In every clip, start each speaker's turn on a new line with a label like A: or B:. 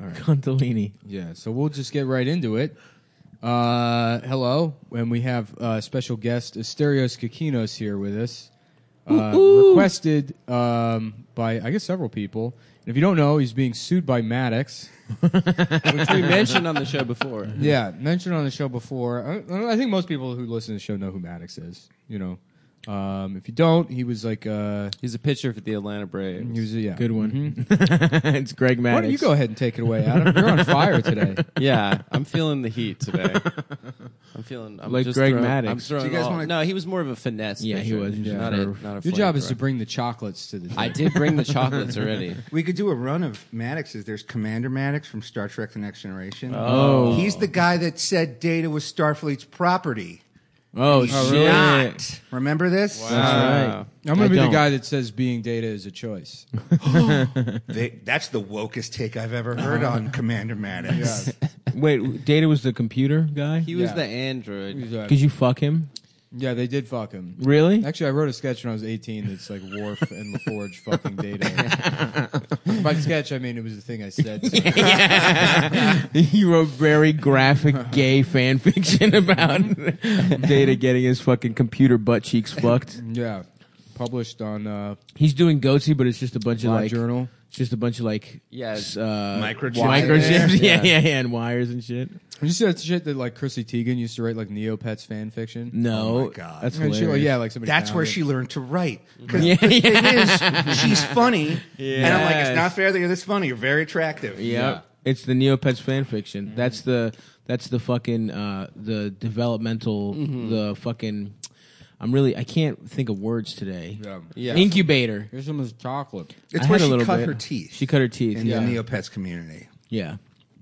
A: All right.
B: Contolini.
A: Yeah, so we'll just get right into it. Uh, hello, and we have uh, special guest Asterios Kikinos here with us. Uh, requested um, by, I guess, several people. And if you don't know, he's being sued by Maddox.
C: which we mentioned on the show before.
A: Yeah, mentioned on the show before. I, I think most people who listen to the show know who Maddox is. You know, um, if you don't, he was like, uh,
C: He's a pitcher for the Atlanta Braves.
A: he was yeah.
B: Good one. it's Greg
A: Mm-hmm. Why
B: Maddox.
A: don't you go ahead and take it away, Adam? You're on fire today.
C: yeah, I'm feeling the heat today. I'm feeling I'm
B: Like
C: just
B: Greg
C: throwing,
B: Maddux.
C: I'm throwing
D: Do you guys
C: all-
D: wanna-
C: No, he was more of a finesse.
B: Yeah, he
C: pitcher.
B: was. Yeah.
C: Not a, not a
A: Your job is to
C: flamethrower.
A: bring the chocolates to the.
C: I did bring the chocolates already.
D: We could do a run of Maddox's. There's Commander Maddox from Star Trek The Next Generation.
B: Oh.
D: He's the guy that said data was Starfleet's property.
B: Oh,
D: He's
B: shit.
C: Uh,
D: not. Remember this?
B: That's
C: Wow.
B: right.
A: I'm gonna
B: I
A: be
B: don't.
A: the guy that says being data is a choice.
D: They, that's the wokest take I've ever heard on Commander Maddox.
B: Wait, Data was the computer guy?
C: He was
A: Yeah.
C: the android.
B: Could you fuck him?
A: yeah, they did fuck him.
B: Really?
A: Actually, I wrote a sketch when I was 18 that's like Worf and LaForge fucking data. By sketch, I mean it was the thing I said. So
B: you wrote very graphic gay fan fiction about Data getting his fucking computer butt cheeks fucked.
A: yeah. Published on uh,
B: He's doing Goatsy, but it's just a bunch of
A: Live
B: like
A: Journal.
B: it's just a bunch of like
C: Yeah.
B: s- uh,
D: Microchips.
B: microchips, yeah.
C: Yeah.
B: yeah, yeah, and wires and shit.
A: You see that shit that like Chrissy Teigen used to write like Neopets fan fiction?
B: No,
D: Oh my God.
B: that's
A: And
B: Mm, hilarious.
A: she, like, yeah, like somebody.
D: That's
A: found
D: where
A: it.
D: she learned to write. Because
B: Yeah,
D: the thing is, she's funny. And I'm like,
B: Yes.
D: it's not fair that you're this funny. You're very attractive.
B: Yeah. It's the Neopets fan fiction. That's the that's the fucking uh the developmental the fucking I'm really I can't think of words today.
A: Yeah.
C: Yeah.
B: Incubator.
A: Here's some of this chocolate.
D: It's
B: I
D: where
B: had a
D: she
B: little
D: cut
B: bit.
D: her teeth.
B: She cut her teeth.
D: in
B: yeah.
D: the Neopets community.
B: yeah.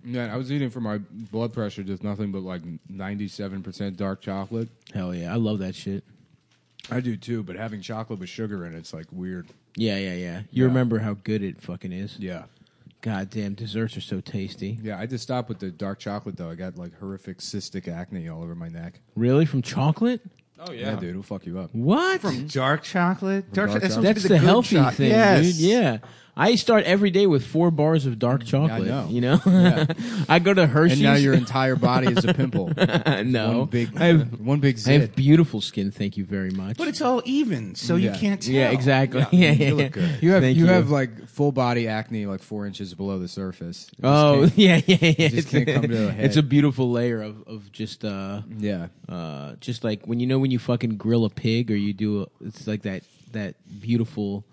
A: Man, I was eating for my blood pressure just nothing but like 97% dark chocolate.
B: Hell yeah. I love that shit.
A: I do too, but having chocolate with sugar in it's like weird.
B: Yeah, yeah, yeah. You
A: Yeah.
B: remember how good it fucking is.
A: Yeah.
B: God damn, desserts are so tasty.
A: Yeah, I had to stop with the dark chocolate though. I got like horrific cystic acne all over my neck.
B: Really? From chocolate?
C: Oh
A: Yeah, dude, it'll fuck you up.
B: What?
D: From dark chocolate?
A: dark
D: Dark, chocolate. supposed to
B: That's
D: be
B: the,
D: good
B: healthy
D: chocolate.
B: thing,
D: Yes.
B: dude. Yeah. I start every day with four bars of dark chocolate.
A: know.
B: You know?
A: Yeah.
B: I go to Hershey's.
A: And now your entire body is a pimple.
B: no.
A: One big,
B: I have
A: one big
B: I
A: zit.
B: have beautiful skin, thank you very much.
D: But it's all even, so
A: Yeah.
D: you can't tell.
B: yeah, exactly. Yeah, yeah,
D: you
B: yeah.
D: look good.
A: you have
B: Thank
A: you, have like full body acne, like four inches below the surface. It just
B: Oh
A: can't-
B: yeah, yeah, yeah.
A: just can't come to a head.
B: It's a beautiful layer of of just uh,
A: yeah.
B: uh, just like when you know when you fucking grill a pig or you do a, it's like that that beautiful.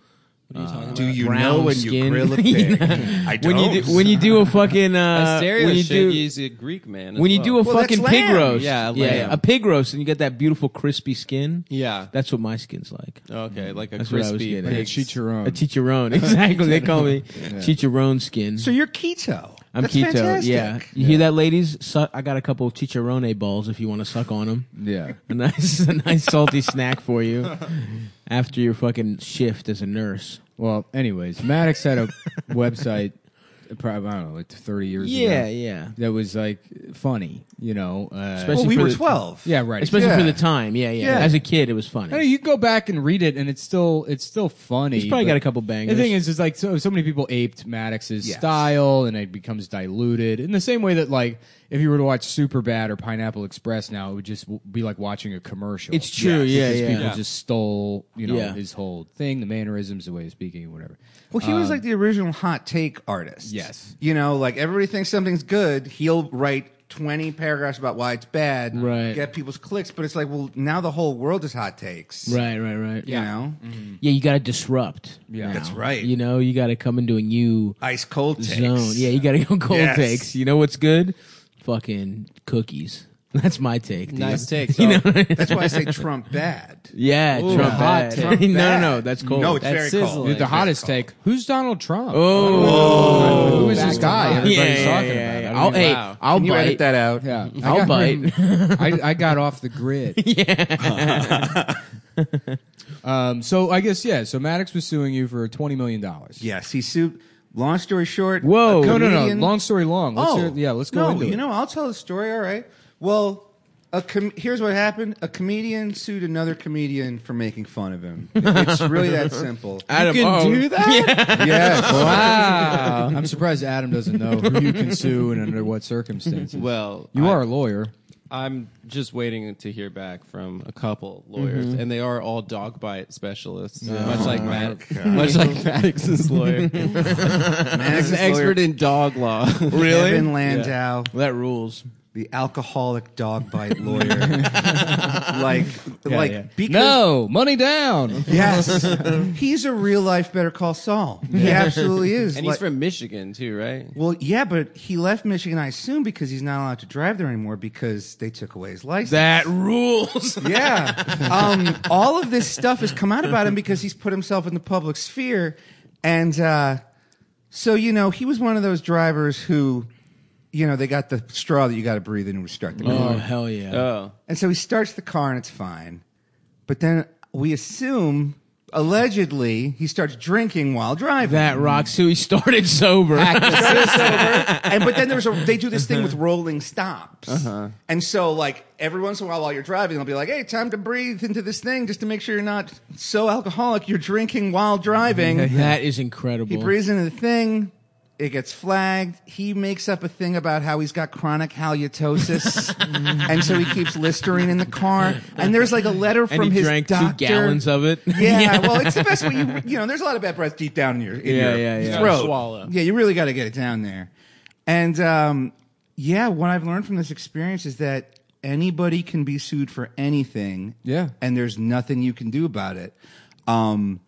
B: uh,
D: Do you
B: Brown
D: know when
B: skin.
D: you grill a pig? I don't.
B: When you do, when you do a fucking uh, when you do
C: he's a Greek man. as
B: when you
C: well.
B: do a
D: Well, that's
B: fucking pig
D: lamb.
B: roast,
C: Yeah,
B: yeah,
C: lamb.
B: a pig roast, and you get that beautiful crispy skin.
C: Yeah.
B: That's what my skin's like.
C: Okay, like a
B: That's what I was
C: crispy
B: getting at.
A: Like a
C: pig's-
A: chicharron.
B: A chicharron, exactly. They call me chicharron skin.
D: so you're keto.
B: I'm
D: That's
B: keto.
D: Fantastic.
B: Yeah, you hear that, ladies? Suck, I got a couple of chicharrone balls if you want to suck on them.
A: yeah.
B: A nice, a nice salty snack for you after your fucking shift as a nurse.
A: Well, anyways, Maddox had a website, probably I don't know, like thirty years
B: Yeah,
A: ago.
B: yeah.
A: That was like funny, you know. Uh,
B: Especially-
D: Well, we
B: for
D: were
B: the-
D: 12.
A: yeah, right.
B: Especially for
D: Yeah.
B: the time. Yeah, yeah,
D: Yeah.
B: As a kid, it was
A: I mean,
B: funny.
A: you go back and read it, and it's still it's still funny.
B: He's probably
A: but-
B: got a couple bangers.
A: The thing is, is like so, so many people aped Maddox's
D: Yes.
A: style, and it becomes diluted in the same way that like if you were to watch Superbad or Pineapple Express now, it would just w- be like watching a commercial.
B: It's true, yeah,
A: because
B: yeah.
A: People
B: Yeah.
A: just stole you know
B: Yeah.
A: his whole thing, the mannerisms, the way of speaking, whatever.
D: Well, he
B: Um,
D: was like the original hot take artist.
A: Yes.
D: You know, like everybody thinks something's good. He'll write 20 paragraphs about why it's bad,
B: Right.
D: get people's clicks, but it's like, well, now the whole world is hot takes.
B: right, right, right.
D: You know?
B: Yeah, Mm-hmm. you got to disrupt.
A: Yeah.
D: That's right.
B: You know, you got to come into a new
D: Ice cold takes.
B: zone. Yeah, you got to go cold
D: Yes.
B: takes. You know what's good? Fucking cookies. That's my take. Dude.
C: Nice take. So,
D: That's why I say Trump bad.
B: Yeah,
C: Ooh,
B: Trump
C: hot
B: bad.
C: take.
B: no, no,
D: Bad.
B: no. That's cold.
D: No, it's
B: That's-
D: very
C: sizzling.
D: cold.
A: Dude, the
C: That's
A: hottest take. Who's Donald Trump?
B: Oh,
A: Who is this
C: Back
A: guy?
C: to-
A: Everybody's
B: yeah, yeah,
A: talking
B: yeah, yeah.
A: about.
B: I'll, hey,
C: Wow.
B: I'll
D: Can you
B: bite.
D: edit that out?
A: Yeah, I
B: I'll
A: got-
B: bite.
A: I, I got off the grid. yeah. um, so I guess yeah. So Maddox was suing you for twenty million dollars.
D: Yes, he sued. Long story short.
B: Whoa.
D: a
A: No, no, no.
D: comedian-
A: Long story long. Let's
D: oh,
A: hear- yeah. Let's go
D: No,
A: into
D: you
A: it.
D: know, I'll tell the story. All right. Well, a com- here's what happened: a comedian sued another comedian for making fun of him. It's really that simple.
B: Adam,
C: can
B: oh.
C: do that?
D: yes.
A: Wow. I'm surprised Adam doesn't know who you can sue and under what circumstances.
C: Well,
A: you
C: I-
A: are a lawyer.
C: I'm just waiting to hear back from a couple lawyers, and they are all dog bite specialists, much like Matt, much like Maddox's lawyer. He's
D: Maddox's
C: an expert in dog law.
D: Really? Kevin Landau,
B: That rules.
D: the alcoholic dog bite lawyer. like, like
A: yeah.
D: because
A: No, money down.
D: yes, he's a real life Better Call Saul. He absolutely is.
C: and
D: Like-
C: he's from Michigan too, right?
D: Well, yeah, but he left Michigan, I assume, because he's not allowed to drive there anymore because they took away his license.
B: That rules.
D: yeah. Um, all of this stuff has come out about him because he's put himself in the public sphere. And uh, so, you know, he was one of those drivers who, you know, they got the straw that you got to breathe in and respect the
B: oh hell yeah.
C: Oh,
D: and so he starts the car and it's fine. But then we assume, allegedly, he starts drinking while driving.
B: that rocks. Who he started sober.
D: and but then there's a they do this thing
B: Uh-huh.
D: with rolling stops, and so like every once in a while while you're driving, they'll be like, "Hey, time to breathe into this thing just to make sure you're not so alcoholic you're drinking while driving."
B: that is incredible.
D: he breathes into the thing. It gets flagged. He makes up a thing about how he's got chronic halitosis, and so he keeps listerine in the car. And there's like a letter
B: and
D: from
B: he
D: his
B: drank
D: doctor.
B: two gallons of it.
D: Yeah, well, it's the best way you you know. There's a lot of bad breath deep down in your in
B: Yeah,
D: your
B: yeah, yeah.
D: throat.
B: Gotta swallow.
D: Yeah, you really got to get it down there. And um, yeah, what I've learned from this experience is that anybody can be sued for anything.
A: Yeah.
D: and there's nothing you can do about it. Um,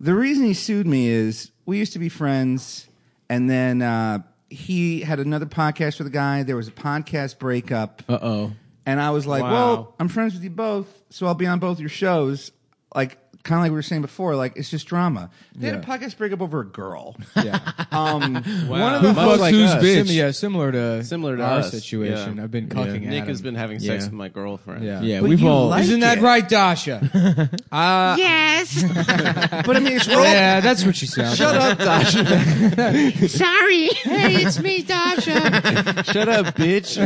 D: the reason he sued me is we used to be friends, and then uh, he had another podcast with a guy. There was a podcast breakup.
B: Uh oh.
D: And I was like,
C: Wow.
D: well, I'm friends with you both, so I'll be on both your shows. Like, kind of like we were saying before, like, it's just drama. They had a
A: Yeah.
D: podcast breakup over a girl.
A: Yeah.
D: Um,
C: Wow.
D: One of the
C: Who
D: hosts-
A: Much
B: who's
A: us.
B: bitch?
A: Sim- yeah, similar to
C: Similar to
A: our
C: us,
A: situation.
C: yeah.
A: I've been cucking
C: Nick has
A: Adam.
C: been having sex
B: Yeah.
C: with my girlfriend.
A: Yeah.
B: Yeah,
D: But
B: we've
D: you
B: all.
D: like-
A: Isn't that
D: it.
A: right, Dasha?
E: Yes.
D: but I mean, it's real.
A: yeah, that's what she sounds
D: Shut
A: like.
D: up, Dasha.
E: Sorry. Hey, it's me, Dasha.
C: Shut up, bitch.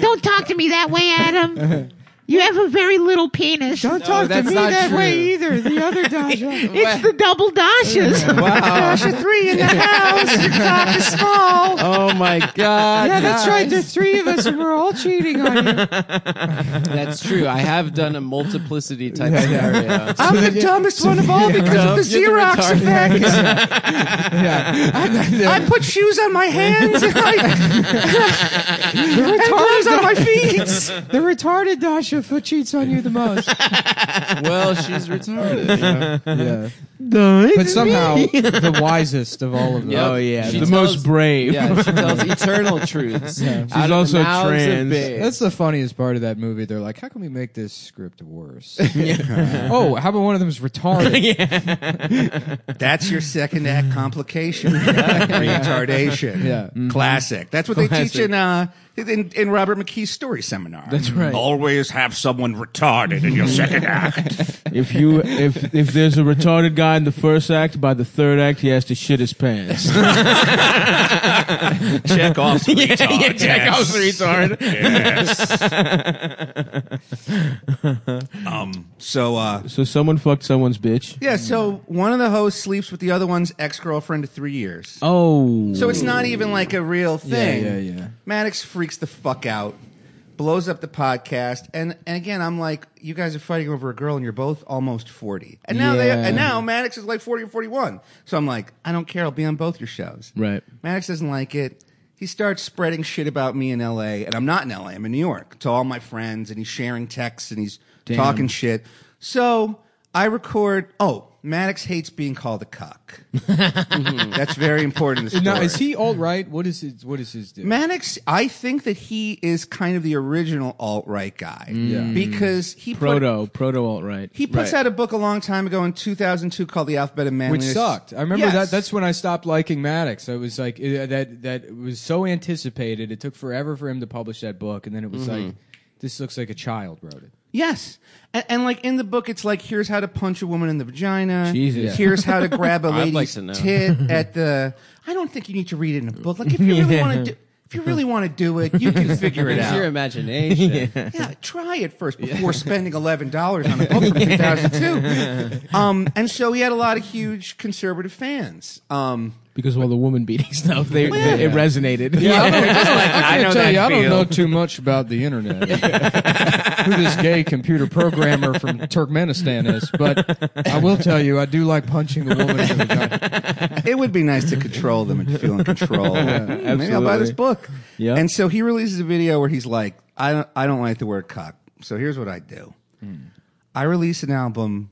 E: Don't talk to me that way, Adam. You have a very little penis.
A: Don't talk to
C: that's
A: me
C: not
A: that
C: true.
A: way either. The other Dasha.
E: It's the double Dashas.
D: Dasha three in the house. Your cock is small.
C: oh my god.
A: yeah, that's right. The three of us, and we're all cheating on you.
C: That's true. I have done a multiplicity type scenario.
D: I'm the dumbest one of all because
C: You're the
D: of the Xerox effect. I put shoes on my hands and, I, and gloves on my feet.
A: The retarded Dasha foot cheats on you the most.
C: well, she's retarded. you know?
A: Yeah. But somehow the wisest of all of them.
C: Yep.
B: Oh yeah,
C: She
B: the
C: tells-
B: most brave.
C: Yeah, she tells eternal truths. She's out
B: also
C: of the mouths of
B: trans.
C: babes.
A: That's the funniest part of that movie. They're like, how can we make this script worse? oh, how about one of them's retarded?
D: That's your second act complication. Retardation.
A: Yeah.
D: Classic. That's what they teach in, uh, in in Robert McKee's story seminar. That's
B: right.
D: Always have someone retarded in your second act.
B: If you if if there's a retarded guy in the first act, by the third act he has to shit his pants.
D: Check off retard. yes.
B: retard.
D: Um, so uh,
B: So someone fucked someone's bitch.
D: yeah, so one of the hosts sleeps with the other one's ex girlfriend of three years.
B: Oh,
D: So it's not even like a real thing.
A: yeah, yeah.
D: Maddox freaks the fuck out, blows up the podcast, and, and again I'm like, you guys are fighting over a girl and you're both almost forty. And now they
B: Yeah.
D: and now Maddox is like forty or forty one. So I'm like, I don't care, I'll be on both your shows.
B: Right.
D: Maddox doesn't like it. He starts spreading shit about me in LA, and I'm not in LA, I'm in New York, to all my friends, and he's sharing texts and he's talking shit. So I record oh, Maddox hates being called a cuck. Mm-hmm. That's very important. to the
A: Now,
D: story.
A: is he all right? What is his, what is his deal?
D: Maddox, I think that he is kind of the original alt right guy.
A: Mm.
D: Because he Put,
B: proto proto alt right.
D: he puts out a book a long time ago in 2002 called The Alphabet of
A: Which
D: Manliness.
A: sucked. I remember
D: Yes.
A: that. That's when I stopped liking Maddox. I was like, eh, that that was so anticipated. It took forever for him to publish that book, and then it was like, this looks like a child wrote it.
D: Yes. And, and like in the book, it's like here's how to punch a woman in the vagina.
B: Jesus.
D: Here's how to grab a
C: I'd like
D: lady's
C: to know.
D: tit at the. I don't think you need to read it in a book. Like if you really want to do. If If you really want to do it, you can figure it
C: It's your
D: out.
C: imagination.
D: Yeah, try it first before spending eleven dollars on a book from 2002. Um, and so he had a lot of huge conservative fans. Um,
B: because of all the woman beating stuff, they, they- it resonated.
A: I don't,
C: I
A: I
C: know
A: tell
C: that
A: you, I don't
C: feel.
A: know too much about the internet. Who this gay computer programmer from Turkmenistan is, but I will tell you, I do like punching a woman. In the gut.
D: it would be nice to control them and feel in control. Hmm, Maybe I'll buy this
B: absolutely.
D: book.
B: Yeah.
D: And so he releases a video where he's like, I don't, I don't like the word cock. So here's what I do.
B: Hmm.
D: I release an album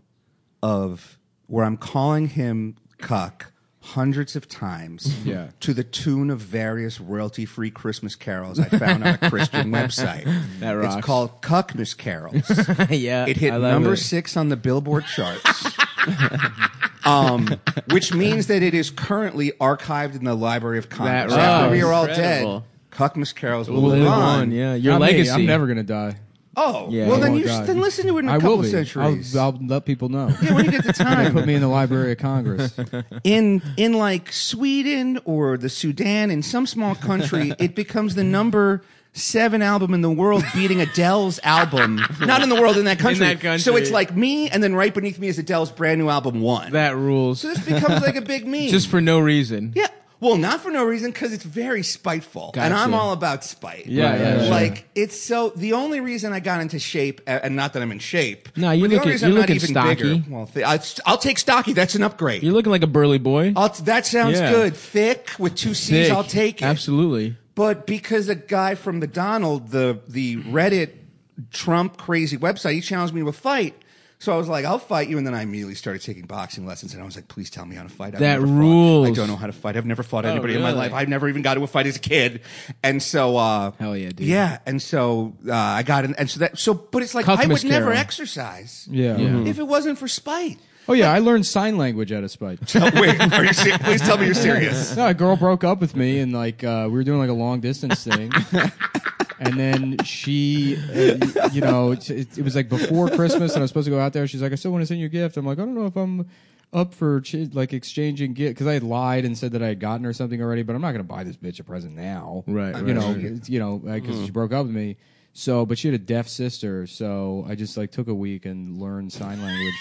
D: of where I'm calling him cock hundreds of times
A: Yeah.
D: to the tune of various royalty-free Christmas carols I found on a Christian website.
B: That
D: It's
B: rocks.
D: called Cuckmas Carols.
B: yeah.
D: It hit
B: Uh, I love
D: number
B: it.
D: six on the Billboard charts. um, which means that it is currently archived in the Library of Congress.
B: That
D: After
B: rocks.
D: we are all
C: Incredible.
D: dead, Cuckmas Carols will
B: Live
D: live
B: on,
D: on.
B: yeah. Your
A: Not me.
B: legacy.
A: I'm never gonna die.
D: Oh,
B: Yeah.
D: well
B: I
D: then
A: won't
D: you
A: die.
D: then listen to it in a
A: I
D: couple
A: will be.
D: centuries.
A: I'll, I'll let people know.
D: yeah, when you get the
A: They put
D: time
A: me in the Library of Congress.
D: in in like Sweden or the Sudan in some small country, it becomes the number. Seven album in the world beating Adele's album. Not in the world, in that country.
B: that country.
D: So it's like me, and then right beneath me is Adele's brand new album, One.
B: That rules.
D: So this becomes like a big meme.
B: Just for no reason.
D: yeah. Well, not for no reason because it's very spiteful, and I'm
B: Gotcha.
D: all about spite.
A: Yeah, yeah, yeah.
D: Like it's so the only reason I got into shape, a- and not that I'm in shape.
B: No, you
D: but the
B: look
D: only
B: at-
D: reason
B: you
D: I'm
B: look
D: not
B: at
D: even
B: stocky.
D: bigger. Well, th- I'll, I'll take stocky. That's an upgrade.
B: You're looking like a burly boy.
D: I'll t- that sounds
B: Yeah.
D: good. Thick with two C's,
B: Dick.
D: I'll take it.
B: Absolutely.
D: But because a guy from the Donald, the the Reddit Trump crazy website, he challenged me to a fight. So I was like, I'll fight you. And then I immediately started taking boxing lessons. And I was like, please tell me how to fight. I've
B: That
D: never fought.
B: rules.
D: I don't know how to fight. I've never fought anybody in my
B: really?
D: life. I've never even got to a fight as a kid. And so, uh,
B: Hell yeah, dude.
D: Yeah. And so uh, I got in. And so that, so, but it's like,
B: Cuck
D: I would
B: Miss
D: never
B: Carol.
D: exercise
A: Yeah.
D: if it wasn't for spite.
A: Oh yeah, I learned sign language out of spite.
D: Oh, wait, are you ser- please tell me you're serious.
A: No, a girl broke up with me, and like uh, we were doing like a long distance thing, and then she, uh, you know, it, it, it was like before Christmas, and I was supposed to go out there. She's like, "I still want to send you a gift." I'm like, "I don't know if I'm up for ch- like exchanging gift because I had lied and said that I had gotten her something already, but I'm not going to buy this bitch a present now,
B: Right,
A: You
B: right,
A: know,
B: right. Mm-hmm.
A: it's- you know, because she broke up with me." So, but she had a deaf sister, so I just like took a week and learned sign language.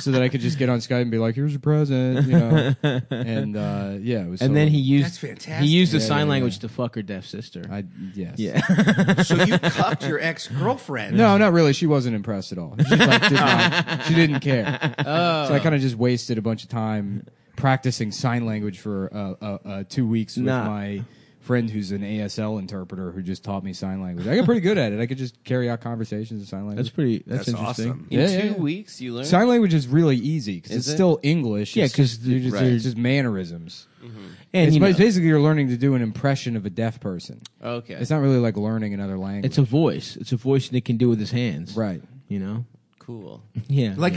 A: So that I could just get on Skype and be like, "Here's a present," you know, and uh, yeah, it was.
B: And
A: so-
B: then he used
D: That's fantastic.
B: he used the
A: Yeah,
B: sign
A: yeah,
B: language to fuck her deaf sister.
A: I yes.
D: So you cucked your ex girlfriend.
A: No, not really. She wasn't impressed at all. She, like, did not, she didn't care. So I
B: Oh.
A: kind of just wasted a bunch of time practicing sign language for uh, uh, uh, two weeks with
B: Nah.
A: my friend who's an ASL interpreter who just taught me sign language. I got pretty good at it. I could just carry out conversations in sign language.
B: that's pretty. That's,
D: That's
B: interesting.
D: awesome.
C: In
A: Yeah,
C: two
A: yeah.
C: weeks, you learn.
A: Sign language is really easy because it's
C: Is it?
A: still English.
B: Yeah,
A: It's
B: 'cause
A: just- you're just,
C: right.
A: it's just mannerisms.
B: And
A: it's
B: you know,
A: ba- basically you're learning to do an impression of a deaf person.
C: Okay.
A: It's not really like learning another language.
B: it's a voice. It's a voice Nick can do with his hands.
A: right.
B: You know.
C: cool.
B: Yeah.
D: Like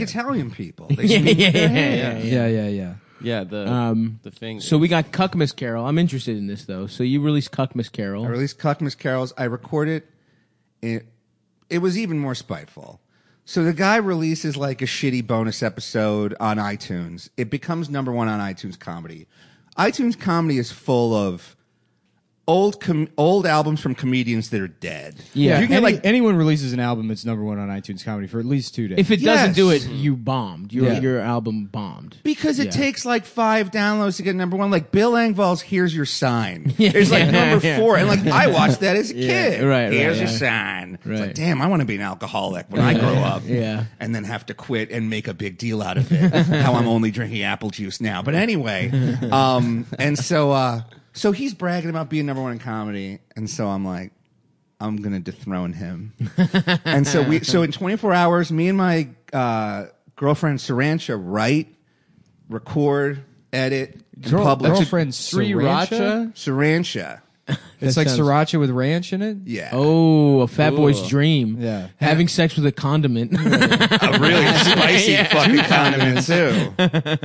D: Italian people. They
B: yeah,
D: speak
B: yeah, yeah, yeah.
A: Yeah, yeah, yeah.
C: Yeah, the
B: Um,
C: the thing.
B: So we got Cuck Miss Carol. I'm interested in this though. So you released Cuck Miss Carol.
D: I released Cockmas Carols. I recorded it. It was even more spiteful. So the guy releases like a shitty bonus episode on iTunes. It becomes number one on iTunes comedy. iTunes comedy is full of old com- old albums from comedians that are dead.
B: Yeah.
A: you
D: you
A: can
D: get
A: like
D: like
A: anyone releases an album, it's number one on iTunes comedy for at least two days.
B: if it
D: Yes.
B: doesn't do it, you bombed. Your
A: Yeah.
B: your album bombed.
D: because it
B: Yeah.
D: takes like five downloads to get number one. Like Bill Engvall's "Here's Your Sign" It's like number
B: Yeah.
D: four, and like I watched that as a kid.
B: right, right,
D: Here's your
B: right.
D: sign. It's like,
B: Right.
D: damn, I want to be an alcoholic when I grow up.
B: Yeah.
D: and then have to quit and make a big deal out of it. how I'm only drinking apple juice now. But anyway, um, and so uh, so he's bragging about being number one in comedy, and so I'm like. I'm gonna dethrone him. and so we, so in 24 hours, me and my uh, girlfriend Sarancha write, record, edit, and
A: Girl-
D: publish.
A: girlfriend
B: Sriracha?
A: Sriracha,
D: Sarancha,
A: it's like
B: sounds-
A: sriracha with ranch in it.
D: yeah.
B: Oh, a fat boy's dream.
A: Yeah.
B: Having sex with a condiment.
D: a really spicy fucking condiment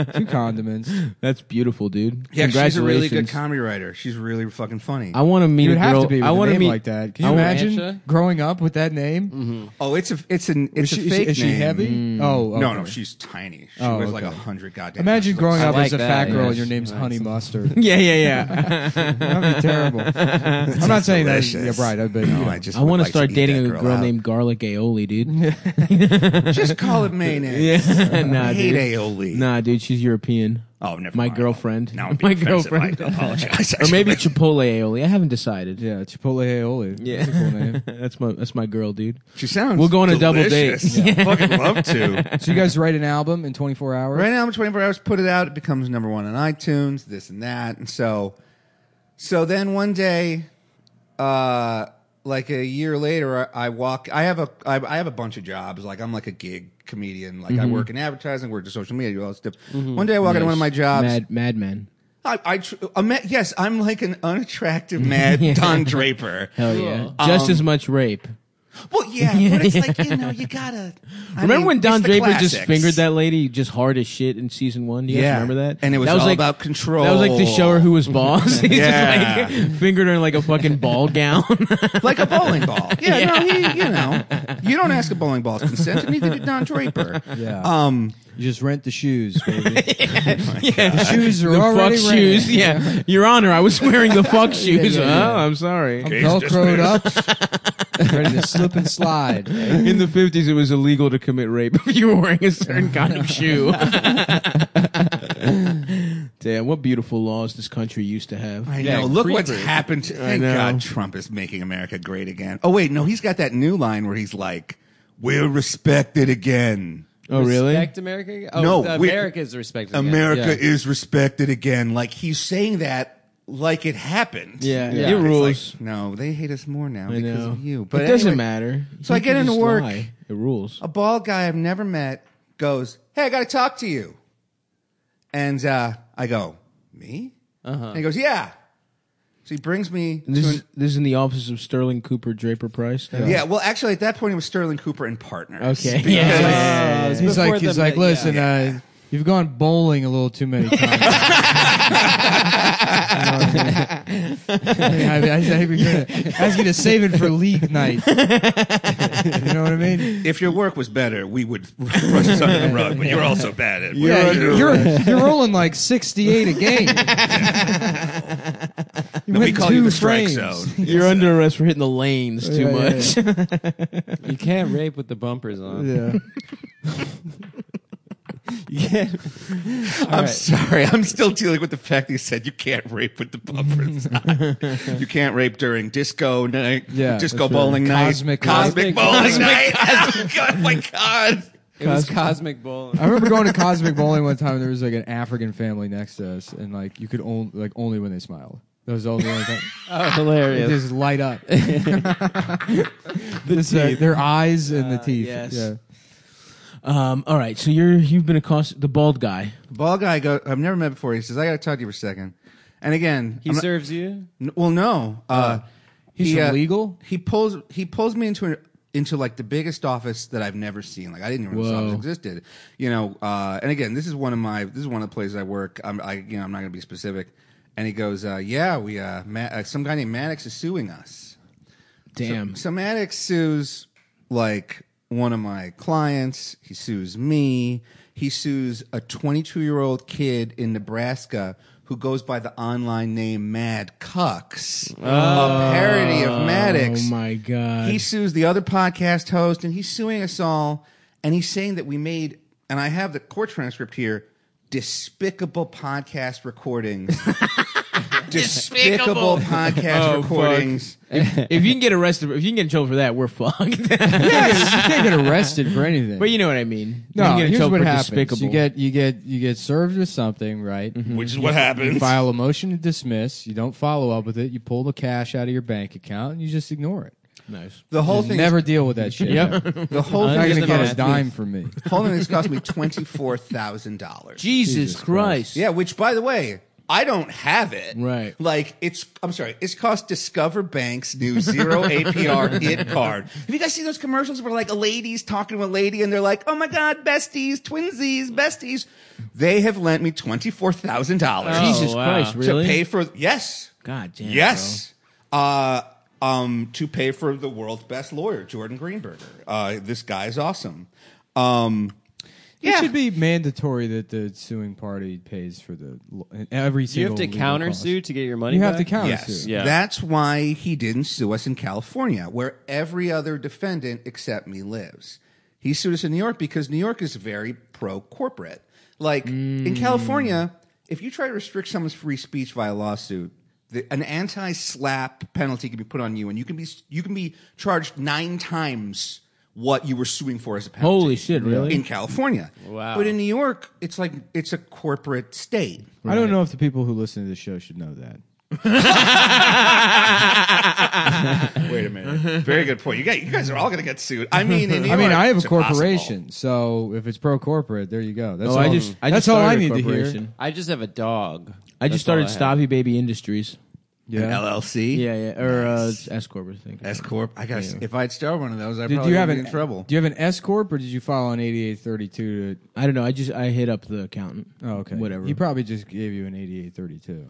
D: too.
A: two condiments.
B: That's beautiful, dude.
D: Yeah, she's a really good
B: Congratulations.
D: comedy writer. She's really fucking funny.
B: I want to meet
A: You
B: a
A: would
B: girl.
A: have to be. With
B: I
A: want
B: want
A: a
B: to meet
A: name like that. Can you
B: I wanna-
A: imagine
C: Rancha?
A: growing up with that name?
D: oh, it's a it's an it's
A: Is, she,
D: a
A: is she-
D: fake
A: is she
D: name.
A: heavy? Oh,
D: No,
A: okay.
D: no, she's tiny. She
A: Oh,
D: weighs like a
A: okay.
D: hundred goddamn.
A: Imagine
D: pounds.
A: growing up
C: like
A: as a
C: that,
A: fat girl
C: yeah.
A: and your name's Honey Mustard.
B: Yeah, yeah, yeah.
A: That'd be terrible. I'm not saying that.
D: delicious.
A: Yeah, right. But
D: No, I just
B: I
D: would
B: want to
D: like
B: start
D: eat
B: dating
D: that
B: a girl
D: out.
B: named Garlic Aioli, dude.
D: Just call it mayonnaise.
B: nah,
D: I hate
B: dude.
D: aioli.
B: Nah, dude, she's European.
D: Oh, never
B: My
D: mind.
B: girlfriend.
D: Now I'm
B: My
D: being offensive.
B: girlfriend.
D: I apologize.
B: Or maybe Chipotle Aioli. I haven't decided.
A: yeah, Chipotle aioli.
B: Yeah.
A: That's a cool name.
B: that's my that's my girl, dude.
D: she sounds.
B: We'll go on a double
D: delicious.
B: date.
D: I'd fucking love to.
A: So you guys write an album in 24 hours?
D: Right now, I'm 24 hours. Put it out. It becomes number one on iTunes. This and that. And so, so then one day, uh, like a year later, I, I walk. I have a. I, I have a bunch of jobs. Like I'm like a gig comedian. Like I
B: Mm-hmm.
D: work in advertising. Work in social media. do All that stuff. One day, I walk into one of my jobs.
B: Mad Madman.
D: I, I tr- a ma- yes, I'm like an unattractive mad Don Draper.
B: Hell yeah. Just
D: Um,
B: as much rape.
D: Well, yeah, but it's like you know, you gotta. I
B: Remember
D: mean,
B: when Don
D: it's the
B: Draper just
D: classics.
B: fingered that lady just hard as shit in season one? Do you guys
D: Yeah.
B: remember that?
D: And it was
B: that
D: all about control.
B: That was like to show her who was boss. He
D: Yeah. Oh
B: just like fingered her in like a fucking ball gown.
D: like a bowling ball? Yeah, no, he, you know, you don't ask a bowling ball's consent, and neither did Don Draper.
A: Yeah.
D: Um,
A: You just rent the shoes, baby. The shoes are already
B: fuck
A: rented.
B: shoes. Yeah. Your Honor, I was wearing the fuck shoes.
A: yeah, yeah.
B: Oh, I'm sorry.
A: I'm velcroed up, ready to slip and slide.
B: In the 50s, it was illegal to commit rape if you were wearing a certain kind of shoe. Damn, what beautiful laws this country used to have.
D: I
C: Yeah,
D: know. Look what's
C: creepers.
D: happened. To, thank
B: know.
D: God Trump is making America great again. Oh wait, no, he's got that new line where he's like, "We're respected again."
B: Oh, really?
C: Respect America? Oh,
D: No,
C: the
D: we-
C: America is respected. again.
D: America
C: Yeah.
D: is respected again. Like he's saying that like it happened.
B: Yeah,
D: It's
B: it rules.
D: like, no, they hate us more now
B: I
D: because
B: know.
D: of you.
B: But
D: But
B: it doesn't
D: anyway,
B: matter.
D: so I
B: You
D: get
B: can
D: into
B: just
D: work.
B: lie. It rules.
D: A bald guy I've never met goes, "Hey, I got to talk to you," and uh, I go, "Me?" And he goes, "Yeah." So he brings me.
B: Uh-huh. This
D: to
B: is,
D: an,
B: this is in the office of Sterling Cooper Draper Price.
D: yeah. Well, actually, at that point, it was Sterling Cooper and partners.
B: Okay.
D: Because-
B: Yeah.
C: Yeah, it was
A: He's
C: before
A: like,
C: the
A: he's
C: mi-
A: like,
C: yeah.
A: listen, uh, you've gone bowling a little too many times. You know what I mean? I, I, I, I ask you to save it for league night. you know what I mean?
D: If your work was better, we would brush it under the rug. But you're also bad at.
A: Yeah, you're, you're, rolling like 68 a game. You
D: we
A: went
D: call you
A: two
D: the strike
A: frames.
D: zone.
B: You're under arrest for hitting the lanes too
A: Yeah, yeah,
B: much.
C: You can't rape with the bumpers on.
A: Yeah.
C: You can't.
D: I'm sorry. I'm still dealing with the fact that you said you can't rape with the bumpers. you can't rape during disco night,
A: Yeah,
D: disco
A: that's right.
D: bowling night,
A: Cosmic
C: night.
D: cosmic bowling
C: Cosmic-
D: night. oh my god!
C: It was cosmic bowling.
A: I remember going to Cosmic Bowling one time. and There was like an African family next to us, and like you could only like only when they smiled. That was the only one time.
C: Oh, hilarious.
A: They just light up. Just, uh, their eyes and the teeth.
B: Ah, yes.
A: Yeah.
B: Um, all right, so you're you've been across the bald guy.
D: Bald guy go. I've never met before. He says, "I got to talk to you for a second. And again,
C: He
D: I'm not-
C: serves you.
D: n- well, no. Uh,
A: He's
D: he, uh,
A: illegal.
D: He pulls. He pulls me into an, into like the biggest office that I've never seen. Like I didn't even know this
B: Whoa.
D: office existed. You know. Uh, and again, this is one of my. This is one of the places I work. I'm. I, you know. I'm not going to be specific. And he goes, uh, "Yeah, we. Uh, Ma- uh, some guy named Maddox is suing us."
B: Damn.
D: So Maddox sues like one of my clients. He sues me. He sues a 22 year old kid in Nebraska who goes by the online name Mad Cucks, a parody of Maddox.
B: Oh my god.
D: He sues the other podcast host, and he's suing us all. And he's saying that we made, and I have the court transcript here, despicable podcast recordings. despicable podcast
B: Oh, fuck.
D: recordings.
B: if you can get arrested, if you can get in trouble for that, we're fucked.
A: Yes. you can't get arrested for anything.
B: but you know what I mean. You
A: no,
B: can get in
A: here's
B: trouble
A: what
B: for
A: happens.
B: despicable. Mm-hmm.
A: You get you get you get served with something, right?
D: which is what
A: You
D: happens.
A: file a motion to dismiss. You don't follow up with it. You pull the cash out of your bank account and you just ignore it.
B: nice.
D: The whole thing,
A: Never deal with that shit.
B: Yep.
A: man.
D: the whole
A: You're
D: thing,
A: not
D: is
A: gonna get
D: cost,
A: a dime from me.
D: whole thing has cost me twenty four thousand dollars.
B: Jesus, Christ.
A: Christ.
D: Yeah, which by the way, I don't have it.
B: Right.
D: Like it's I'm sorry, it's cost Discover Bank's new zero APR it card. Have you guys seen those commercials where like a lady's talking to a lady and they're like, Oh my god, besties, twinsies, besties. They have lent me twenty four thousand dollars
B: Oh. Jesus
C: wow.
B: Christ,
D: to
B: really?
D: pay for yes.
B: God damn.
D: Yes. Uh, um, to pay for the world's best lawyer, Jordan Greenberger. Uh, this guy is awesome. Um,
A: It should be mandatory that the suing party pays for the l- every
C: Do you
A: single.
C: have to
A: legal cost.
C: countersue to get your money
A: You have to
C: back?
A: countersue.
D: Yes.
C: Yeah.
D: That's why he didn't sue us in California, where every other defendant except me lives. He sued us in New York because New York is very pro corporate. Like in California, if you try to restrict someone's free speech via lawsuit, the, an anti-slap penalty can be put on you, and you can be you can be charged nine times what you were suing for as a penalty.
B: Holy shit, really?
D: In California,
C: Wow.
D: But in New York, it's like it's a corporate state.
A: I don't know if the people who listen to this show should know that.
D: Wait a minute. Very good point. You guys, you guys are all going to get sued. I mean, in New
A: I mean,
D: York,
A: I have a
D: it's impossible.
A: corporation, so if it's pro corporate, there you go. That's
B: Oh,
A: all.
B: I just I
A: that's
B: just
A: all I
B: started a
A: need to hear.
B: corporation.
C: I just have a dog.
B: I just started
C: That's all I have.
B: Stavi Baby Industries.
A: Yeah.
D: An LLC.
B: Yeah, yeah, or uh, S corp. I think.
D: S corp. I guess if I'd start one of those, I
A: Did
D: probably
A: you have
D: would
A: an
D: be in trouble.
A: Do you have an S corp or did you file an eighty eight thirty two? to
B: I don't know. I just I hit up the accountant.
A: Oh, okay.
B: Whatever.
A: He probably just gave you an eighty eight thirty two,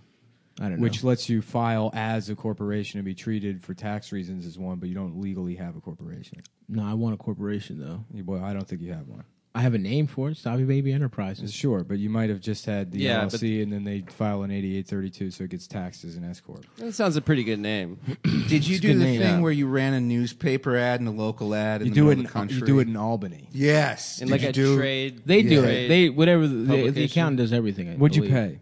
B: I don't know.
A: which lets you file as a corporation and be treated for tax reasons as one, but you don't legally have a corporation.
B: no, I want a corporation though.
A: You- Well, I don't think you have one.
B: I have a name for it. Stavi Baby Enterprises.
A: Sure, but you might have just had the
C: Yeah, but-
A: LLC, and then they file an eighty eight thirty two, so it gets taxed as an S corp.
C: That sounds a pretty good name.
D: Did you do the
B: name.
D: thing where you ran a newspaper ad and a local ad?
A: You
D: in the
A: do
D: middle
A: it.
D: of the
A: In,
D: country?
A: you do it in Albany.
D: Yes.
C: And
D: Did
C: like
D: you
C: a
D: do-
C: trade.
B: They do
C: trade-
B: it. They whatever the, the
C: Publication.
B: accountant does everything. I
A: What'd you
B: believe.
A: pay?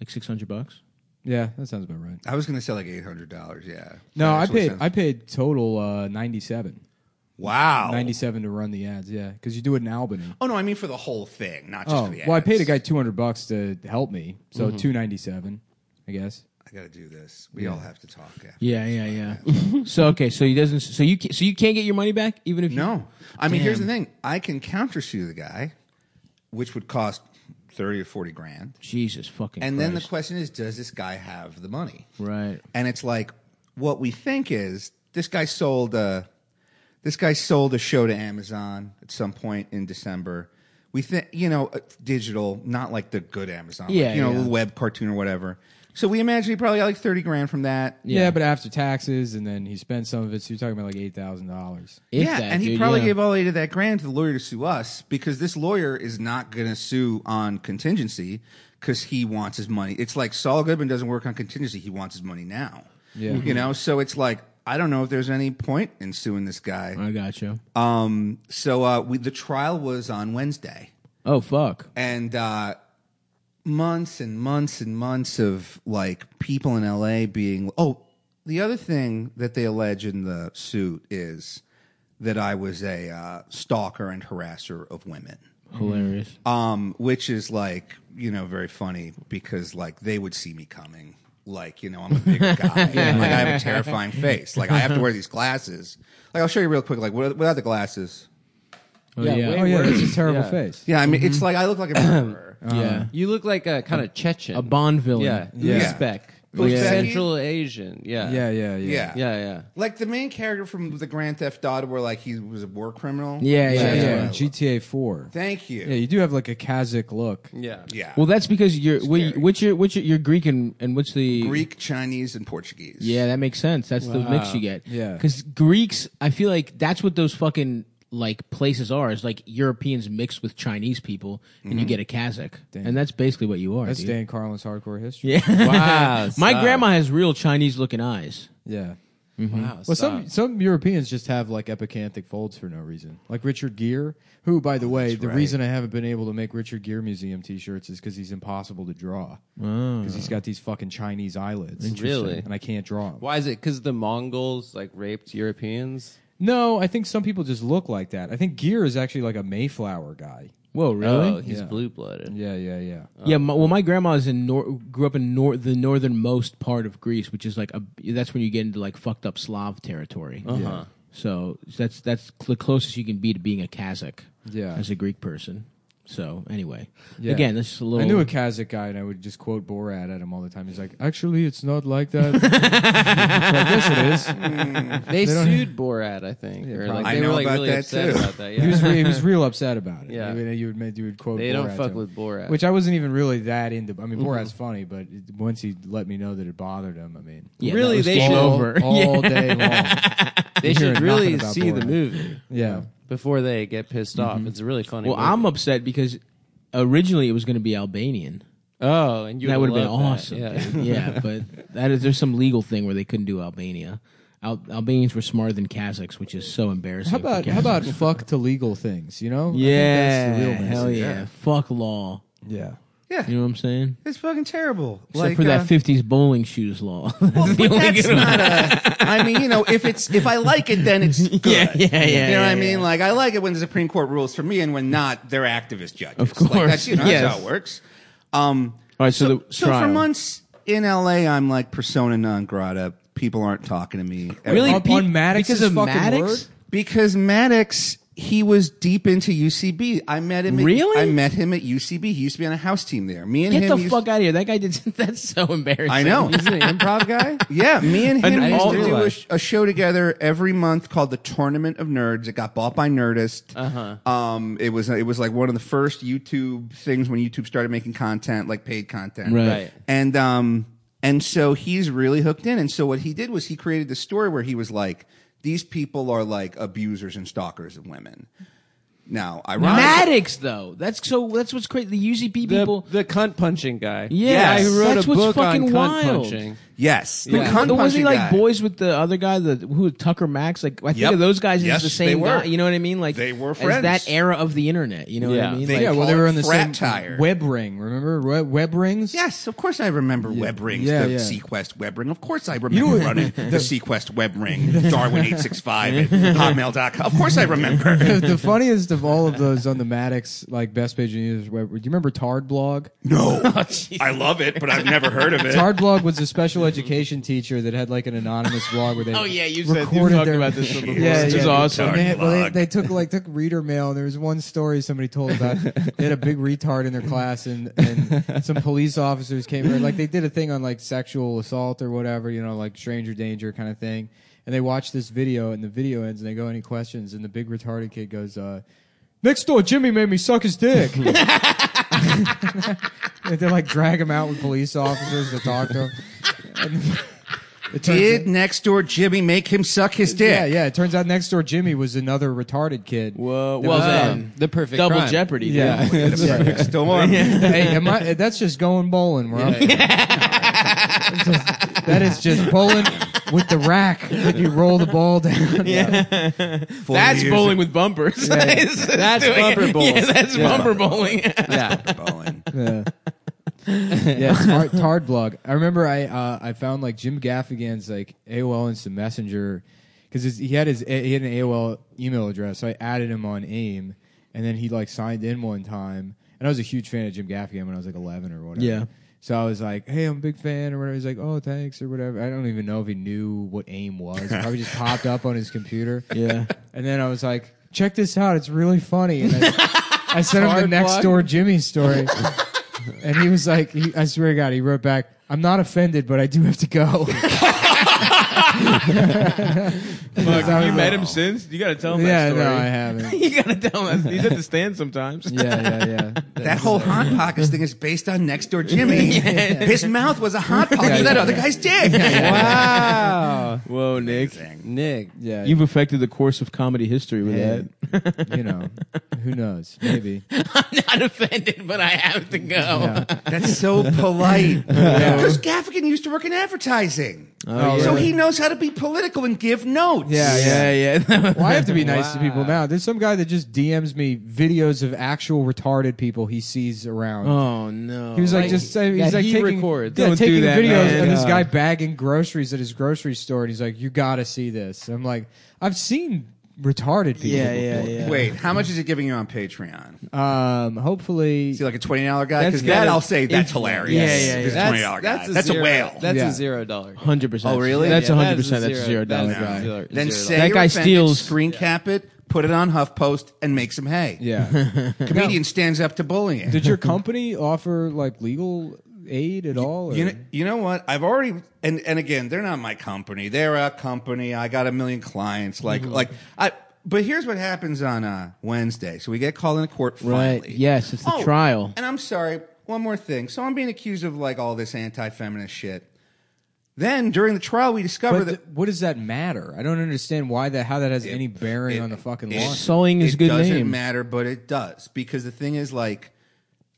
B: Like six hundred bucks.
A: Yeah, that sounds about right.
D: I was going to say like eight hundred dollars. Yeah.
A: No, I
D: Actually
A: paid.
D: sounds-
A: I paid total uh, ninety seven.
D: wow.
A: Ninety seven to run the ads. Yeah, because you do it in Albany.
D: Oh no, I mean for the whole thing, not just
A: Oh,
D: for the ads.
A: well, I paid a guy two hundred bucks to help me, so ninety seven, I guess.
D: I got to do this. We all have to talk. After.
B: Yeah, yeah, yeah. so okay, so he doesn't. So you ca- so you can't get your money back even if you-
D: No. I mean, here's the
B: Damn.
D: thing. I can countersue the guy, which would cost 30 or 40 grand.
B: Jesus fucking.
D: And then the
B: Christ.
D: question is, does this guy have the money?
B: right.
D: And it's like what we think is this guy sold a this guy sold a show to Amazon at some point in December. We think you know uh, digital, not like the good Amazon, like,
B: Yeah,
D: you know,
B: yeah.
D: the web cartoon or whatever. So we imagine he probably got like thirty grand from that.
A: Yeah. but after taxes, and then he spent some of it. So you're talking about like eight thousand dollars.
B: If
D: yeah,
B: that,
D: and he
B: dude,
D: probably
B: yeah.
D: gave all eight of that grand to the lawyer to sue us because this lawyer is not going to sue on contingency because he wants his money. It's like Saul Goodman doesn't work on contingency; he wants his money now.
A: Yeah.
B: Mm-hmm.
D: you know. So it's like I don't know if there's any point in suing this guy.
B: I got you.
D: Um, so uh, we, the trial was on Wednesday,
B: oh fuck.
D: and uh, months and months and months of like people in LA being oh the other thing that they allege in the suit is that I was a uh, stalker and harasser of women
B: Hilarious.
D: um which is like you know very funny because like they would see me coming like you know I'm a big guy like I have a terrifying face like I have to wear these glasses like I'll show you real quick like wi- without the glasses
B: Oh,
C: yeah,
B: yeah.
C: wait.
A: Oh yeah,
C: worse.
A: that's a terrible
C: Yeah.
A: face.
D: yeah I mean it's like I look like a murderer
B: Yeah.
C: You look like a kind of Chechen.
B: A Bond villain.
C: Uh, Yeah.
D: Yeah.
C: Uzbek.
D: Uzbek.
C: Yeah. Central Asian. Yeah.
A: Yeah, yeah, yeah.
D: yeah
C: Yeah. Yeah.
D: Like the main character from the Grand Theft Auto, where like he was a war criminal.
B: Yeah, yeah,
A: Yeah,
D: That's
A: yeah,
D: what I
B: yeah.
D: love.
A: GTA Four.
D: Thank you.
A: Yeah, you do have like a Kazakh look.
C: Yeah.
D: Yeah.
B: Well, that's because you're what,
D: Scary.
B: what's your what's your, you're Greek and and what's the
D: Greek, Chinese, and Portuguese.
B: Yeah, that makes sense. That's the mix you get.
A: Yeah.
B: because Greeks, I feel like that's what those fucking like places are. Is like Europeans mixed with Chinese people, and you get a Kazakh, and that's basically what you are.
A: That's
B: dude.
A: Dan Carlin's hardcore history.
B: Yeah.
C: Wow,
B: My
C: stop.
B: grandma has real Chinese looking eyes.
A: yeah.
C: Wow.
A: Well,
C: stop.
A: some some Europeans just have like epicanthic folds for no reason. Like Richard Gere, who, by the way, the
D: right.
A: reason I haven't been able to make Richard Gere museum T-shirts is because he's impossible to draw. Because he's got these fucking Chinese eyelids.
C: Really?
A: And I can't draw 'em.
C: Why is it? Because the Mongols like raped Europeans.
A: No, I think some people just look like that. I think Gere is actually like a Mayflower guy.
B: Whoa, really?
C: Oh, he's
A: Yeah.
C: blue blooded.
A: Yeah, yeah, yeah.
B: yeah. My, well, my grandma is in nor- grew up in nor- the northernmost part of Greece, which is like a that's when you get into like fucked up Slav territory.
C: Uh-huh.
B: So that's that's the closest you can be to being a Kazakh.
A: Yeah.
B: As a Greek person. So anyway,
A: Yeah.
B: again, this is a little.
A: I knew a Kazakh guy, and I would just quote Borat at him all the time. He's like, "Actually, it's not like that." So I guess it is.
C: They, sued Borat, I think. or, like,
A: probably.
C: they
D: I know
C: were like
D: about
C: really
D: that,
C: upset
D: too.
C: about that.
A: He was
C: Yeah.
A: re- he was real upset about it.
C: Yeah.
A: you would you would, make- you would quote.
C: They don't
A: Borat
C: fuck
A: to him.
C: with Mm-hmm. Borat.
A: which I wasn't even really that into. I mean, Borat's funny, but it, once he let me know that it bothered him, I mean,
B: Yeah,
C: Really,
B: that was
C: they
B: game
C: should-
B: over.
A: all day long.
C: they
A: hearing
C: should really
A: nothing about
C: see the
A: Borat.
C: movie.
A: Yeah,
C: before they get pissed off. It's a really funny.
B: Mm-hmm. Well,
C: movie.
B: I'm upset because originally it was going to be Albanian.
C: oh, and you
B: that would
C: would
B: have been
C: love
B: awesome.
C: that.
B: dude. Yeah. but that is there's some legal thing where they couldn't do Albania. Al- Albanians were smarter than Kazakhs, which is so embarrassing.
A: How
B: for
A: about how
B: Kazakhs.
A: about fuck to legal things? You know, I think
B: yeah,
A: that's the real
B: hell
A: message.
B: yeah.
D: yeah.
B: fuck law.
A: yeah.
D: Yeah,
B: You know what I'm saying?
D: it's fucking terrible. uh,
B: Except for that '50s bowling shoes law. That's the
D: But
B: only
D: that's
B: good one.
D: not a. I mean, you know, if it's if I like it, then it's good.
B: Yeah, yeah, yeah,
D: You know what
B: yeah,
D: I mean?
B: yeah.
D: Like I like it when the Supreme Court rules for me, and when not, they're activist judges.
B: Of
D: like, that's, you know,
B: course,
D: that's
B: yes.
D: how it works. Um,
B: All right, so
D: so,
B: the
D: so
B: trial.
D: for months in L.A., I'm like persona non grata. People aren't talking to me.
B: Really,
A: On-
B: Pe-
A: on Maddox's
B: because of
A: fucking
B: Maddox?
A: word?
D: Because Maddox, he was deep into UCB. I met him. At,
B: Really?
D: I met him at UCB. He used to be on a house team there. Me and
B: Get
D: him.
B: the
D: used-
B: fuck out of here! That guy did. That's so embarrassing.
D: I know.
C: He's an improv guy.
D: Yeah, me and
B: And
D: him
B: I
D: used to
B: didn't
D: do a,
B: realize.
D: sh- a show together every month called the Tournament of Nerds. It got bought by Nerdist. Uh-huh. Um, it was it was like one of the first YouTube things when YouTube started making content, like paid content.
B: Right. Right.
D: And um and so he's really hooked in. And so what he did was he created this story where he was like, these people are like abusers and stalkers of women. Now, ironically,
B: Maddox though. That's so. That's what's crazy. The UZP people.
C: the, the cunt punching guy.
B: Yes.
C: yeah, who wrote
B: That's
C: a
B: what's
C: book on
B: fucking
C: cunt
B: wild.
C: punching.
D: yes, the
C: Yeah.
D: cunt
B: the, was he
D: punching
B: like
D: guy.
B: boys with the other guy, the who Tucker Max? Like I think
D: Yep.
B: of those guys
D: Yes,
B: as the
D: they
B: same
D: were.
B: guy. You know what I mean? Like
D: They were
B: as
D: friends.
B: that era of the internet. You know what
C: Yeah.
B: I mean?
D: They-
B: like,
A: yeah, well,
D: call
A: they
D: it
A: were on the same
D: frat tire.
A: web ring. Remember web, web rings?
D: Yes, of course I remember web rings,
A: Yeah,
D: the
A: yeah.
D: Sequest web ring. Of course I remember running the Sequest web ring, Darwin865 at hotmail.com. Of course I remember.
A: the funniest of all of those on the Maddox like best page in news web. Do you remember Tard blog?
D: No, I love it, but I've never heard of it.
A: Tard blog was a special education teacher that had like an anonymous blog where they
B: Oh, yeah, you said- you
A: recorded
B: talked
A: their,
B: about this before.
A: yeah,
B: This
A: yeah.
B: is awesome.
A: And They,
D: Tard
A: well, they,
D: blog.
A: they took like took reader mail and there was one story somebody told about they had a big retard in their class and, and some police officers came in like they did a thing on like sexual assault or whatever you know like stranger danger kind of thing and they watched this video and the video ends and they go any questions and the big retarded kid goes uh, next door Jimmy made me suck his dick. And they like drag him out with police officers to talk to him. And it turns
D: Did next door Jimmy make him suck his dick?
A: yeah, yeah. It turns out next door Jimmy was another retarded kid.
B: well,
A: That
B: well
A: was,
B: then
A: um,
C: The perfect
B: double
C: crime.
B: jeopardy. dude.
A: yeah.
D: That's
A: Yeah.
D: perfect storm.
A: hey, am I, that's just going bowling, bro. That's just- that is just bowling with the rack when you roll the ball down.
D: Four
B: That's
D: years
B: bowling with bumpers.
C: That's bumper bowling.
B: Yeah, that's bumper bowling.
D: of bowling.
A: Yeah. yeah, tard, tard blog. I remember I uh, I found like Jim Gaffigan's like AOL Instant Messenger because he had his he had an AOL email address, so I added him on AIM, and then he like signed in one time, and I was a huge fan of Jim Gaffigan when I was like eleven or whatever.
B: Yeah.
A: So I was like, "Hey, I'm a big fan," or whatever. He's like, "Oh, thanks," or whatever. I don't even know if he knew what AIM was. It probably just popped up on his computer.
B: Yeah.
A: And then I was like, check this out. It's really funny. And I, I sent him the
C: Hard
A: next
C: plug.
A: door Jimmy story. and he was like, he, I swear to God, he wrote back, I'm not offended, but I do have to go.
B: Fuck,
A: I was
B: you met
A: like-
B: him since? You gotta tell him
A: yeah,
B: that story.
A: no, I haven't.
B: you gotta tell him. That. He's at the stand sometimes.
A: Yeah, yeah, yeah.
D: That whole Hot Pockets thing is based on next door Jimmy. His mouth was a Hot Pocket
A: Yeah,
D: for that
A: yeah.
D: other guy's dick.
C: Wow,
B: Whoa, Nick.
C: Uh, Nick.
A: Yeah,
B: You've affected the course of comedy history with
A: Hey, you know, who knows? Maybe.
B: that. I'm not offended, but I have to go.
A: Yeah.
D: That's so polite. Because Gaffigan used to work in advertising.
A: Oh,
D: So
A: really?
D: he knows how to be political and give notes.
A: Yeah,
B: Yeah, yeah.
A: Well, I have to be nice to
C: Wow.
A: people now. There's some guy that just DMs me videos of actual retarded people he sees around.
B: Oh no!
A: He was like,
C: Like,
A: just uh, he's
C: that
A: like
C: he
A: taking,
C: records.
A: yeah,
B: Don't
A: taking
B: do that,
A: videos
B: man.
A: and this
B: Yeah.
A: guy bagging groceries at his grocery store, and he's like, "You got to see this." I'm like, "I've seen retarded people."
B: Yeah, yeah, yeah.
D: Wait, how much is it giving you on Patreon? Is
A: yeah. Um, hopefully,
D: he like a twenty dollar guy? Because
B: That's
D: that
B: gotta-
D: I'll say that's
B: it's-
D: hilarious.
B: Yeah, yeah,
D: If
B: yeah.
D: it's a twenty dollar guy. That's a,
C: zero-
D: whale.
C: That's
A: Yeah.
C: a zero dollar.
B: hundred percent.
D: Oh, really?
B: That's
C: Yeah,
B: hundred percent. That's a zero dollar
C: that's a
B: guy.
C: zero- zero
D: then say
B: That
D: you're
B: guy
D: offended,
B: steals-
D: Screen cap it. Put it on HuffPost and make some hay.
A: yeah.
D: Comedian stands up to bullying.
A: Did your company offer like legal aid at all? Or?
D: You know, you know what? I've already and and again, they're not my company. They're a company. I got a million clients. Like
B: Mm-hmm.
D: like I. But here's what happens on uh, Wednesday. So we get called into court
B: Right.
D: finally.
B: Yes, it's the
D: Oh,
B: trial.
D: And I'm sorry. One more thing. So I'm being accused of like all this anti-feminist shit. Then during the trial, we discover
A: But
D: that
A: th- what does that matter? I don't understand why that how that has any bearing on the fucking
D: it-
A: law.
B: Sullying is
D: it
B: good
D: doesn't
B: name.
D: matter, but it does because the thing is, like,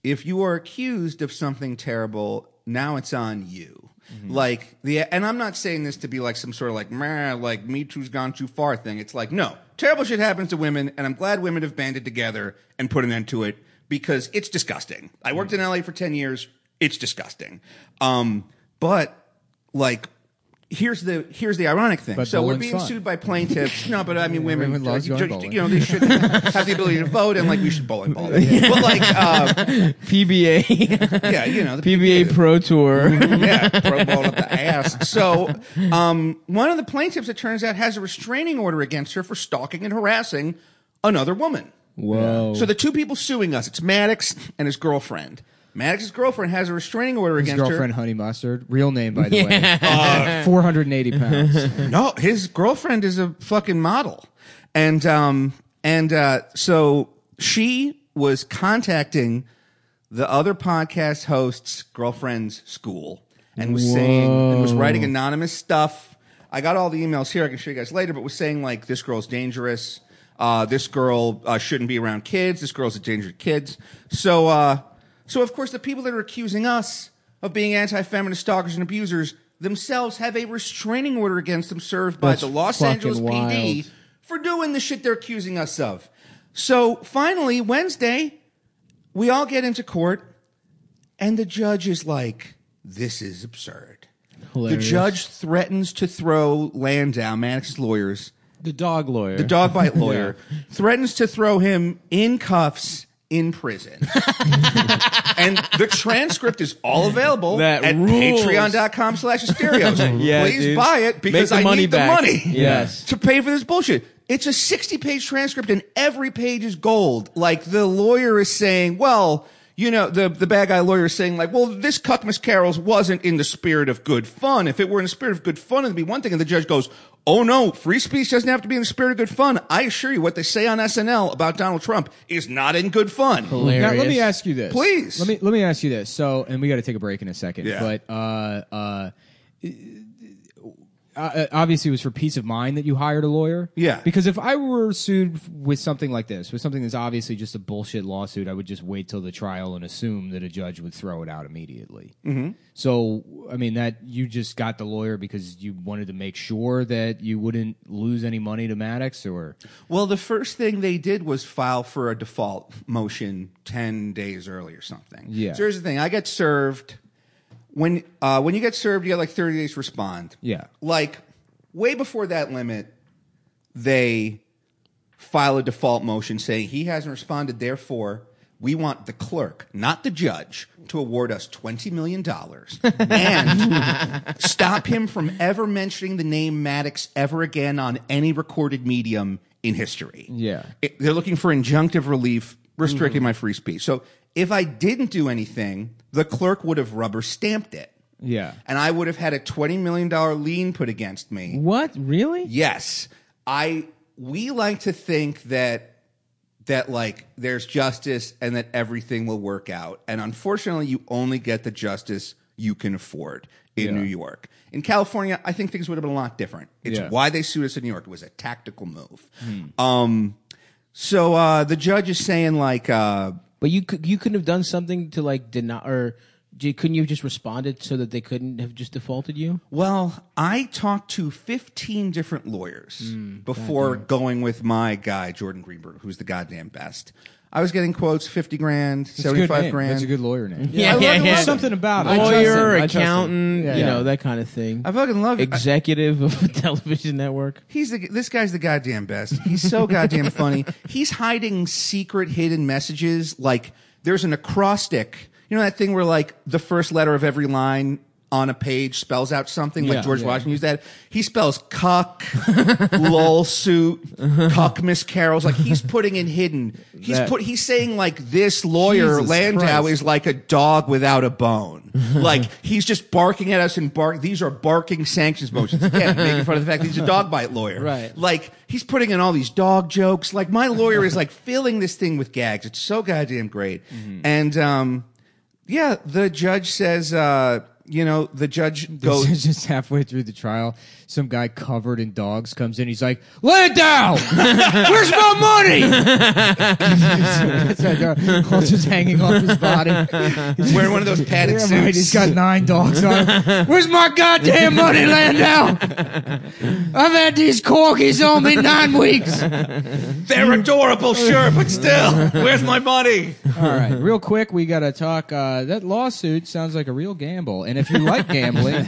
D: if you are accused of something terrible, now it's on you. Like the, and I'm not saying this to be like some sort of like, meh, like Me Too's gone too far thing. It's like, no, terrible shit happens to women, and I'm glad women have banded together and put an end to it because it's disgusting. I worked in LA for ten years. It's disgusting. Um, but like. Here's the here's the ironic thing.
A: But
D: so we're
A: Nolan's
D: being
A: fine.
D: sued by plaintiffs. No, but I mean women.
A: Women loves
D: you,
A: going
D: you-
A: bowling.
D: you know, they should have the ability to vote, and like we should bowling ball. But like, uh,
B: PBA,
D: yeah, you know, the
B: PBA Pro Tour.
D: yeah, pro ball up the ass. So, um, one of the plaintiffs, it turns out, has a restraining order against her for stalking and harassing another woman.
B: Whoa.
D: So the two people suing us, it's Maddox and his girlfriend. Maddox's girlfriend has a restraining order
A: His
D: against
A: girlfriend, Honey Mustard, real name by the way, Uh, four hundred and eighty pounds.
D: her. No, his girlfriend is a fucking model, and um, and uh, so she was contacting the other podcast host's girlfriend's school and was saying and was writing anonymous stuff. I got all the emails here. I can show you guys later, but was saying like this girl's dangerous. Uh, this girl uh, shouldn't be around kids. This girl's a danger to kids. So, uh, so of course, the people that are accusing us of being anti-feminist stalkers and abusers themselves have a restraining order against them served by
B: That's
D: the Los
B: fucking
D: Angeles PD
B: wild.
D: for doing the shit they're accusing us of. So finally, Wednesday, we all get into court, and the judge is like, This is absurd.
B: Hilarious.
D: The judge threatens to throw Landau, Maddox's lawyers,
C: The dog lawyer.
D: the dog bite lawyer, threatens to throw him in cuffs in prison. and the transcript is all available
B: That
D: at
B: rules.
D: patreon.com slash stereos.
B: Yeah,
D: Please
B: dude.
D: buy it because
B: Make the
D: I
B: money
D: need
B: back.
D: the money
B: Yes.
D: to pay for this bullshit. It's a 60 page transcript and every page is gold. Like the lawyer is saying, well, you know, the, the bad guy lawyer is saying like, well, this Cuck Miss Carol's wasn't in the spirit of good fun. If it were in the spirit of good fun, it'd be one thing. And the judge goes, Oh no, free speech doesn't have to be in the spirit of good fun. I assure you what they say on SNL about Donald Trump is not in good fun.
A: Now, let me
B: Hilarious.
A: ask you this,
D: Please.
A: Let me let me ask you this. So, and we got to take a break in a second,
D: Yeah.
A: but uh, uh, uh, obviously, it was for peace of mind that you hired a lawyer.
D: Yeah.
A: Because if I were sued f- with something like this, with something that's obviously just a bullshit lawsuit, I would just wait till the trial and assume that a judge would throw it out immediately. Mm-hmm. So, I mean, that you just got the lawyer because you wanted to make sure that you wouldn't lose any money to Maddox, or
D: Well, the first thing they did was file for a default motion 10 days early or something.
A: Yeah.
D: So here's the thing I got served. When, uh, when you get served, you got like 30 days to respond.
A: Yeah.
D: Like, way before that limit, they file a default motion saying he hasn't responded, therefore. We want the clerk, not the judge, to award us $20 million and stop him from ever mentioning the name Maddox ever again on any recorded medium in history.
A: Yeah.
D: It- they're looking for injunctive relief restricting my free speech. So if I didn't do anything, the clerk would have rubber stamped it.
A: yeah.
D: And I would have had a $20 million lien put against me.
B: What? Really?
D: Yes. I we like to think that that like there's justice and that everything will work out. And unfortunately, you only get the justice you can afford in New York. In California, I think things would have been a lot different. It's
A: Yeah.
D: why they sued us in New York. It was a tactical move. Um so uh the judge is saying like uh
B: But you could you couldn't have done something to like deny or j- couldn't you have just responded so that they couldn't have just defaulted you?
D: Well, I talked to 15 different lawyers
A: Hmm,
D: before going with my guy, Jordan Greenberg, who's the goddamn best. I was getting quotes 50 grand,
A: It's a good
D: 75
A: name.
D: grand.
A: That's a good lawyer name.
D: I love- I love
A: Something about it. I trust
B: lawyer,
C: him. I trust him.
B: accountant,
A: Yeah.
B: you know
A: Yeah.
B: that kind of thing.
D: I fucking love it.
B: Executive of a television network.
D: He's the, this guy's the goddamn best. He's so goddamn funny. He's hiding secret hidden messages. Like there's an acrostic. You know that thing where like the first letter of every line on a page spells out something.
B: Yeah,
D: like George
B: yeah.
D: Washington used that. He spells cuck, lol suit, cuck Miss Carol's. Like he's putting in hidden. He's
B: That-
D: put. He's saying like this lawyer
C: Jesus
D: Landau
C: Christ.
D: is like a dog without a bone. like he's just barking at us and bark. These are barking sanctions motions. Again, making fun of the fact that he's a dog bite lawyer.
B: Right.
D: Like he's putting in all these dog jokes. Like my lawyer is like filling this thing with gags. It's so goddamn great. And um, yeah, the judge says, uh, you know, the judge
A: This
D: goes,
A: is just halfway through the trial, some guy covered in dogs comes in. He's like, "Lay it down! Where's my money?" That's right, they're all just hanging off his body.
D: wearing one of those padded
A: Yeah,
D: suits.
A: right, he's got nine dogs on. him. Where's my goddamn money, Landau? I've had these corgis on me nine weeks.
D: They're adorable, sure, but still, where's my money?
A: All right, real quick, we got to talk. Uh, that lawsuit sounds like a real gamble. And if you like gambling,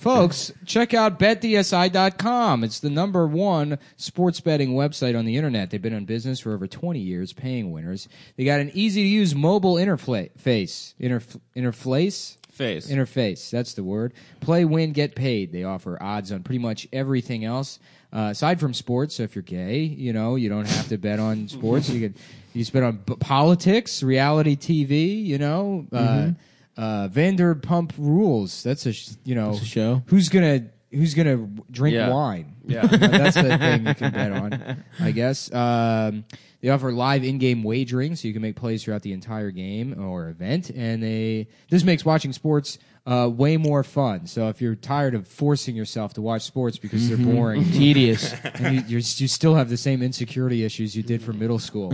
A: folks, check out betdsi.com. It's the number one sports betting website on the internet. They've been in business for over 20 years, paying winners. They got an easy to use mobile interface. Interf- interface?
C: Face.
A: Interface, that's the word. Play, win, get paid. They offer odds on pretty much everything else uh, aside from sports. So if you're gay, you know you don't have to bet on sports. You can you just bet on b- politics, reality TV. You know, uh, uh, Vanderpump Rules. That's a sh- you know
B: a show.
A: Who's gonna Who's gonna drink
C: Yeah.
A: wine?
C: Yeah.
A: You know, that's the thing you can bet on, I guess. Um, they offer live in-game wagering, so you can make plays throughout the entire game or event, and they this makes watching sports uh, way more fun. So if you're tired of forcing yourself to watch sports because they're boring,
B: Tedious.
A: and you, you're, you still have the same insecurity issues you did from middle school.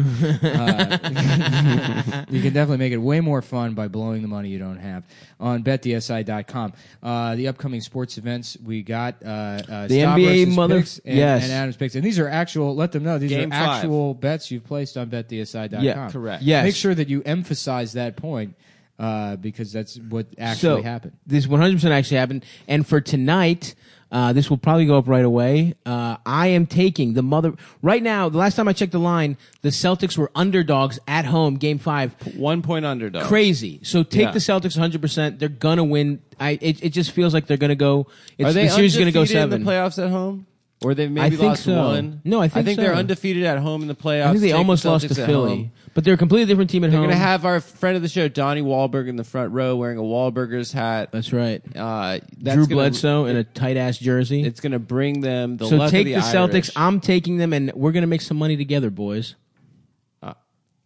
A: Uh, you can definitely make it way more fun by blowing the money you don't have on betdsi.com. Uh, the upcoming sports events we got uh, uh,
B: The
A: Stavros'
B: NBA mother-
A: picks and,
B: yes.
A: and Adam's picks, and these are actual. Let them know these
C: Game
A: are
C: five.
A: actual bets you've placed on betdsi.com.
B: Yeah,
C: correct.
B: Yes.
A: Make sure that you emphasize that point uh, because that's what actually happened.
B: This 100% actually happened. And for tonight, uh, this will probably go up right away. Uh, I am taking the mother. Right now, the last time I checked the line, the Celtics were underdogs at home, game five.
C: One point underdog.
B: Crazy. So take
C: Yeah.
B: the Celtics 100%. They're going to win. I, it, it just feels like they're going to go. It's,
C: Are they
B: the series is going to go
C: undefeated
B: seven.
C: in the playoffs at home? Or they've maybe
B: I think
C: lost
B: so.
C: one?
B: No, I think so.
C: they're undefeated at home in the playoffs.
B: I think they
C: Take the
B: almost lost to
C: Celtics at home.
B: Philly. Um, But they're a completely different team at
C: They're
B: home.
C: going to have our friend of the show, Donnie Wahlberg, in the front row wearing a Wahlberger's hat.
B: That's right.
C: Uh, that's
B: Drew
C: gonna-
B: Bledsoe in a tight ass jersey.
C: It's going to bring them the
B: so
C: luck
B: take
C: of
B: the,
C: the,
B: Celtics.
C: Irish.
B: I'm taking them, and we're going to make some money together, boys.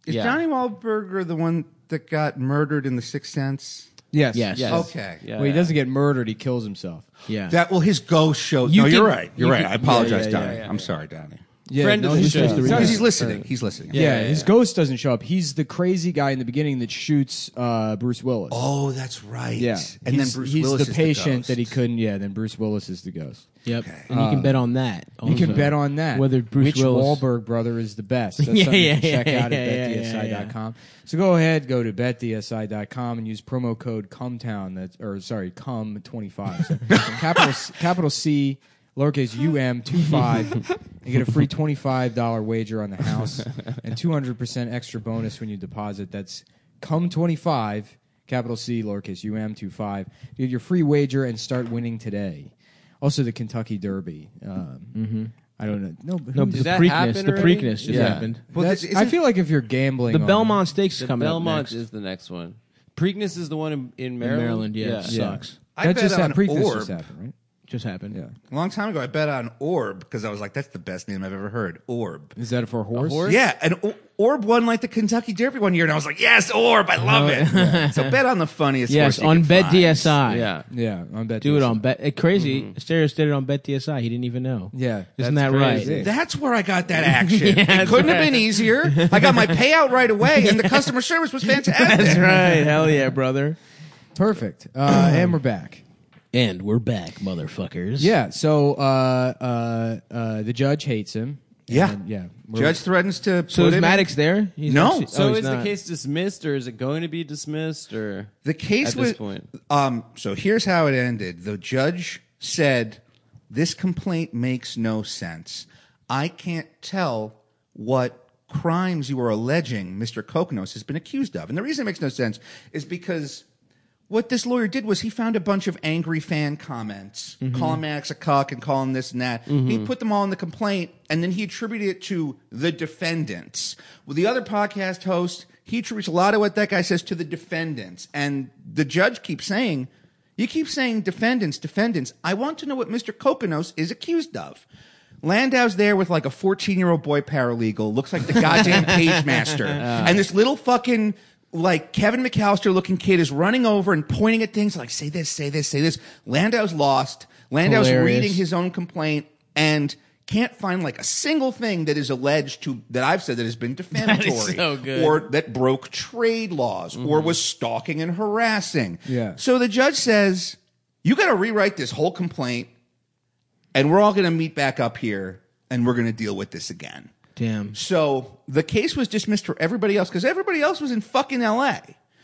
D: Is
C: Yeah.
D: Johnny Wahlberger the one that got murdered in The Sixth Sense?
A: Yes.
B: Yes. Oh,
C: Yes.
D: Okay.
C: Yeah.
A: Well, he doesn't get murdered; he kills himself.
B: Yeah.
D: That well, his ghost shows.
B: You
D: no, you're
B: can-
D: right. You're
B: you
D: right.
B: can-
D: I apologize,
B: yeah, yeah,
D: Donnie.
C: yeah,
D: I'm sorry, Donnie.
C: Friend
A: no,
C: of the
A: he's
C: show.
A: just the
D: No,
A: Yeah.
D: he's listening. He's listening.
A: Yeah,
C: yeah,
A: his
C: yeah.
A: ghost doesn't show up. He's the crazy guy in the beginning that shoots uh, Bruce Willis.
D: Oh, that's right.
A: yeah,
D: And
A: he's,
D: then Bruce
A: he's
D: Willis
A: the
D: is
A: patient
D: ghost.
A: that he couldn't. Yeah, then Bruce Willis is the ghost.
B: Yep. And you can bet on that.
A: You can
B: also.
A: bet on that.
B: Whether Bruce
A: Which
B: Willis.
A: Wahlberg brother is the best? That's
B: Yeah,
A: something you
B: yeah,
A: can check
B: yeah,
A: out
B: yeah,
A: at
B: yeah, yeah, yeah.
A: betdsi.com. So go ahead, go to betdsi.com and use promo code cumtown. That's or sorry, cum twenty five. So capital C- capital C, lowercase u m two five, and get a free twenty five dollar wager on the house and two hundred percent extra bonus when you deposit. That's cum twenty five. Capital C, lowercase u m two five. Get your free wager and start winning today. Also, the Kentucky Derby. Um, I don't know. No,
B: Mm-hmm. No,
A: who's-
B: the
C: that
B: Preakness.
C: happen
B: The
C: already?
B: Preakness just
C: Yeah.
B: happened.
D: Well,
A: That's-
D: this- isn't-
A: I feel like if you're gambling,
B: The
A: on-
B: Belmont Stakes
C: The
B: is coming
C: Belmont
B: up next.
C: is the next one. Preakness is the one in, in Maryland.
B: Maryland, yeah, it sucks.
D: I
A: that
D: bet
A: just
D: on
A: happened. Preakness
D: Orb
A: just happened, right?
B: Just happened.
A: Yeah.
D: a long time ago. I bet on Orb because I was like, that's the best name I've ever heard. Orb.
A: Is that for a horse?
D: Yeah, and O- Orb won like the Kentucky Derby one year, and I was like, yes, Orb, I
A: Oh,
D: love it. so bet on the funniest.
B: Yes,
D: horse you
B: on
D: can
B: Bet
D: find.
B: DSI.
C: Yeah.
A: Yeah, on bet.
B: Do it
A: this.
B: on Bet. eh, crazy. Stereos did it on Bet DSI. He didn't even know.
A: Yeah,
B: Isn't
A: that's
B: that
A: crazy.
B: right?
D: That's where I got that action. it
B: that's
D: couldn't have
B: right.
D: been easier. I got my payout right away, and the customer service was fantastic.
B: That's right. Hell yeah, brother.
A: Perfect. Uh, and we're back.
B: And we're back, motherfuckers.
A: Yeah. So uh, uh, uh, the judge hates him.
D: Yeah.
A: And, yeah. we're-
D: Judge threatens to.
B: So
D: put
B: is
D: him-
B: Maddox there? He's
D: No.
B: actually-
C: So
B: oh, he's
C: is the
B: not.
C: case dismissed, or is it going to be dismissed, or
D: The case
C: at
D: was.
C: this point?
D: Um, so here's how it ended. The judge said, "This complaint makes no sense. I can't tell what." Crimes you are alleging Mr. Kokonos has been accused of. And the reason it makes no sense is because what this lawyer did was he found a bunch of angry fan comments, calling Maddox a cuck and calling this and that. He put them all in the complaint, and then he attributed it to the defendants. With the other podcast host, he attributes a lot of what that guy says to the defendants, and the judge keeps saying, "You keep saying defendants, defendants. I want to know what Mr. Kokonos is accused of." Landau's there with like a
B: Uh.
D: 14 year old boy paralegal, looks like the goddamn page master. And this little fucking like Kevin McAllister looking kid is running over and pointing at things like, say this, say this, say this. Landau's lost. Landau's
B: Hilarious.
D: reading his own complaint and can't find like a single thing that is alleged to that I've said that has been defamatory
B: so good.
D: or that broke trade laws or was stalking and harassing.
A: Yeah.
D: So the judge says, you got to rewrite this whole complaint and we're all going to meet back up here and we're going to deal with this again.
B: Damn.
D: So the case was dismissed for everybody else because everybody else was in fucking LA.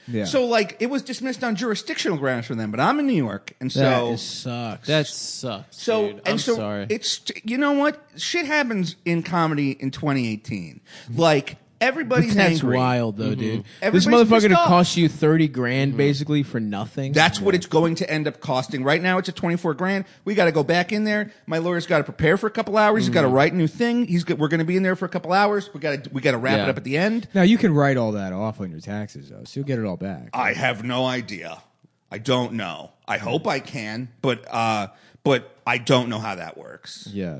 A: Yeah.
D: So like it was dismissed on jurisdictional grounds for them, but I'm in New York, and so
B: that sucks.
C: That sucks.
D: so
C: dude.
D: and
C: I'm
D: so
C: sorry.
D: it's you know what shit happens in comedy in 2018. Like everybody's
B: That's
D: angry. Mm-hmm.
B: wild, though, dude.
D: Everybody's
B: this motherfucker
D: pissed
B: to
D: off. Mm-hmm.
B: cost you thirty grand basically for nothing.
D: That's what it's going to end up costing. Right now, it's at twenty four grand. We got to go back in there. My lawyer's got to prepare for a couple hours. He's got to write a new thing. He's got, we're going to be in there for a couple hours. We got to we got to wrap
C: Yeah.
D: it up at the end.
A: Now you can write all that off on your taxes though, so you'll get it all back.
D: I have no idea. I don't know. I hope I can, but uh, but I don't know how that works.
A: yeah.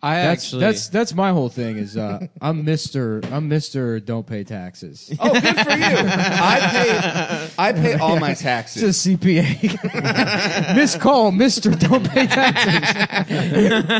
C: I
A: That's
C: actually
A: that's that's my whole thing is uh, I'm Mister I'm Mister Don't Pay Taxes.
D: Oh, good for you! I pay I pay all my taxes.
A: It's a CPA. Miss call, Mister Don't Pay Taxes.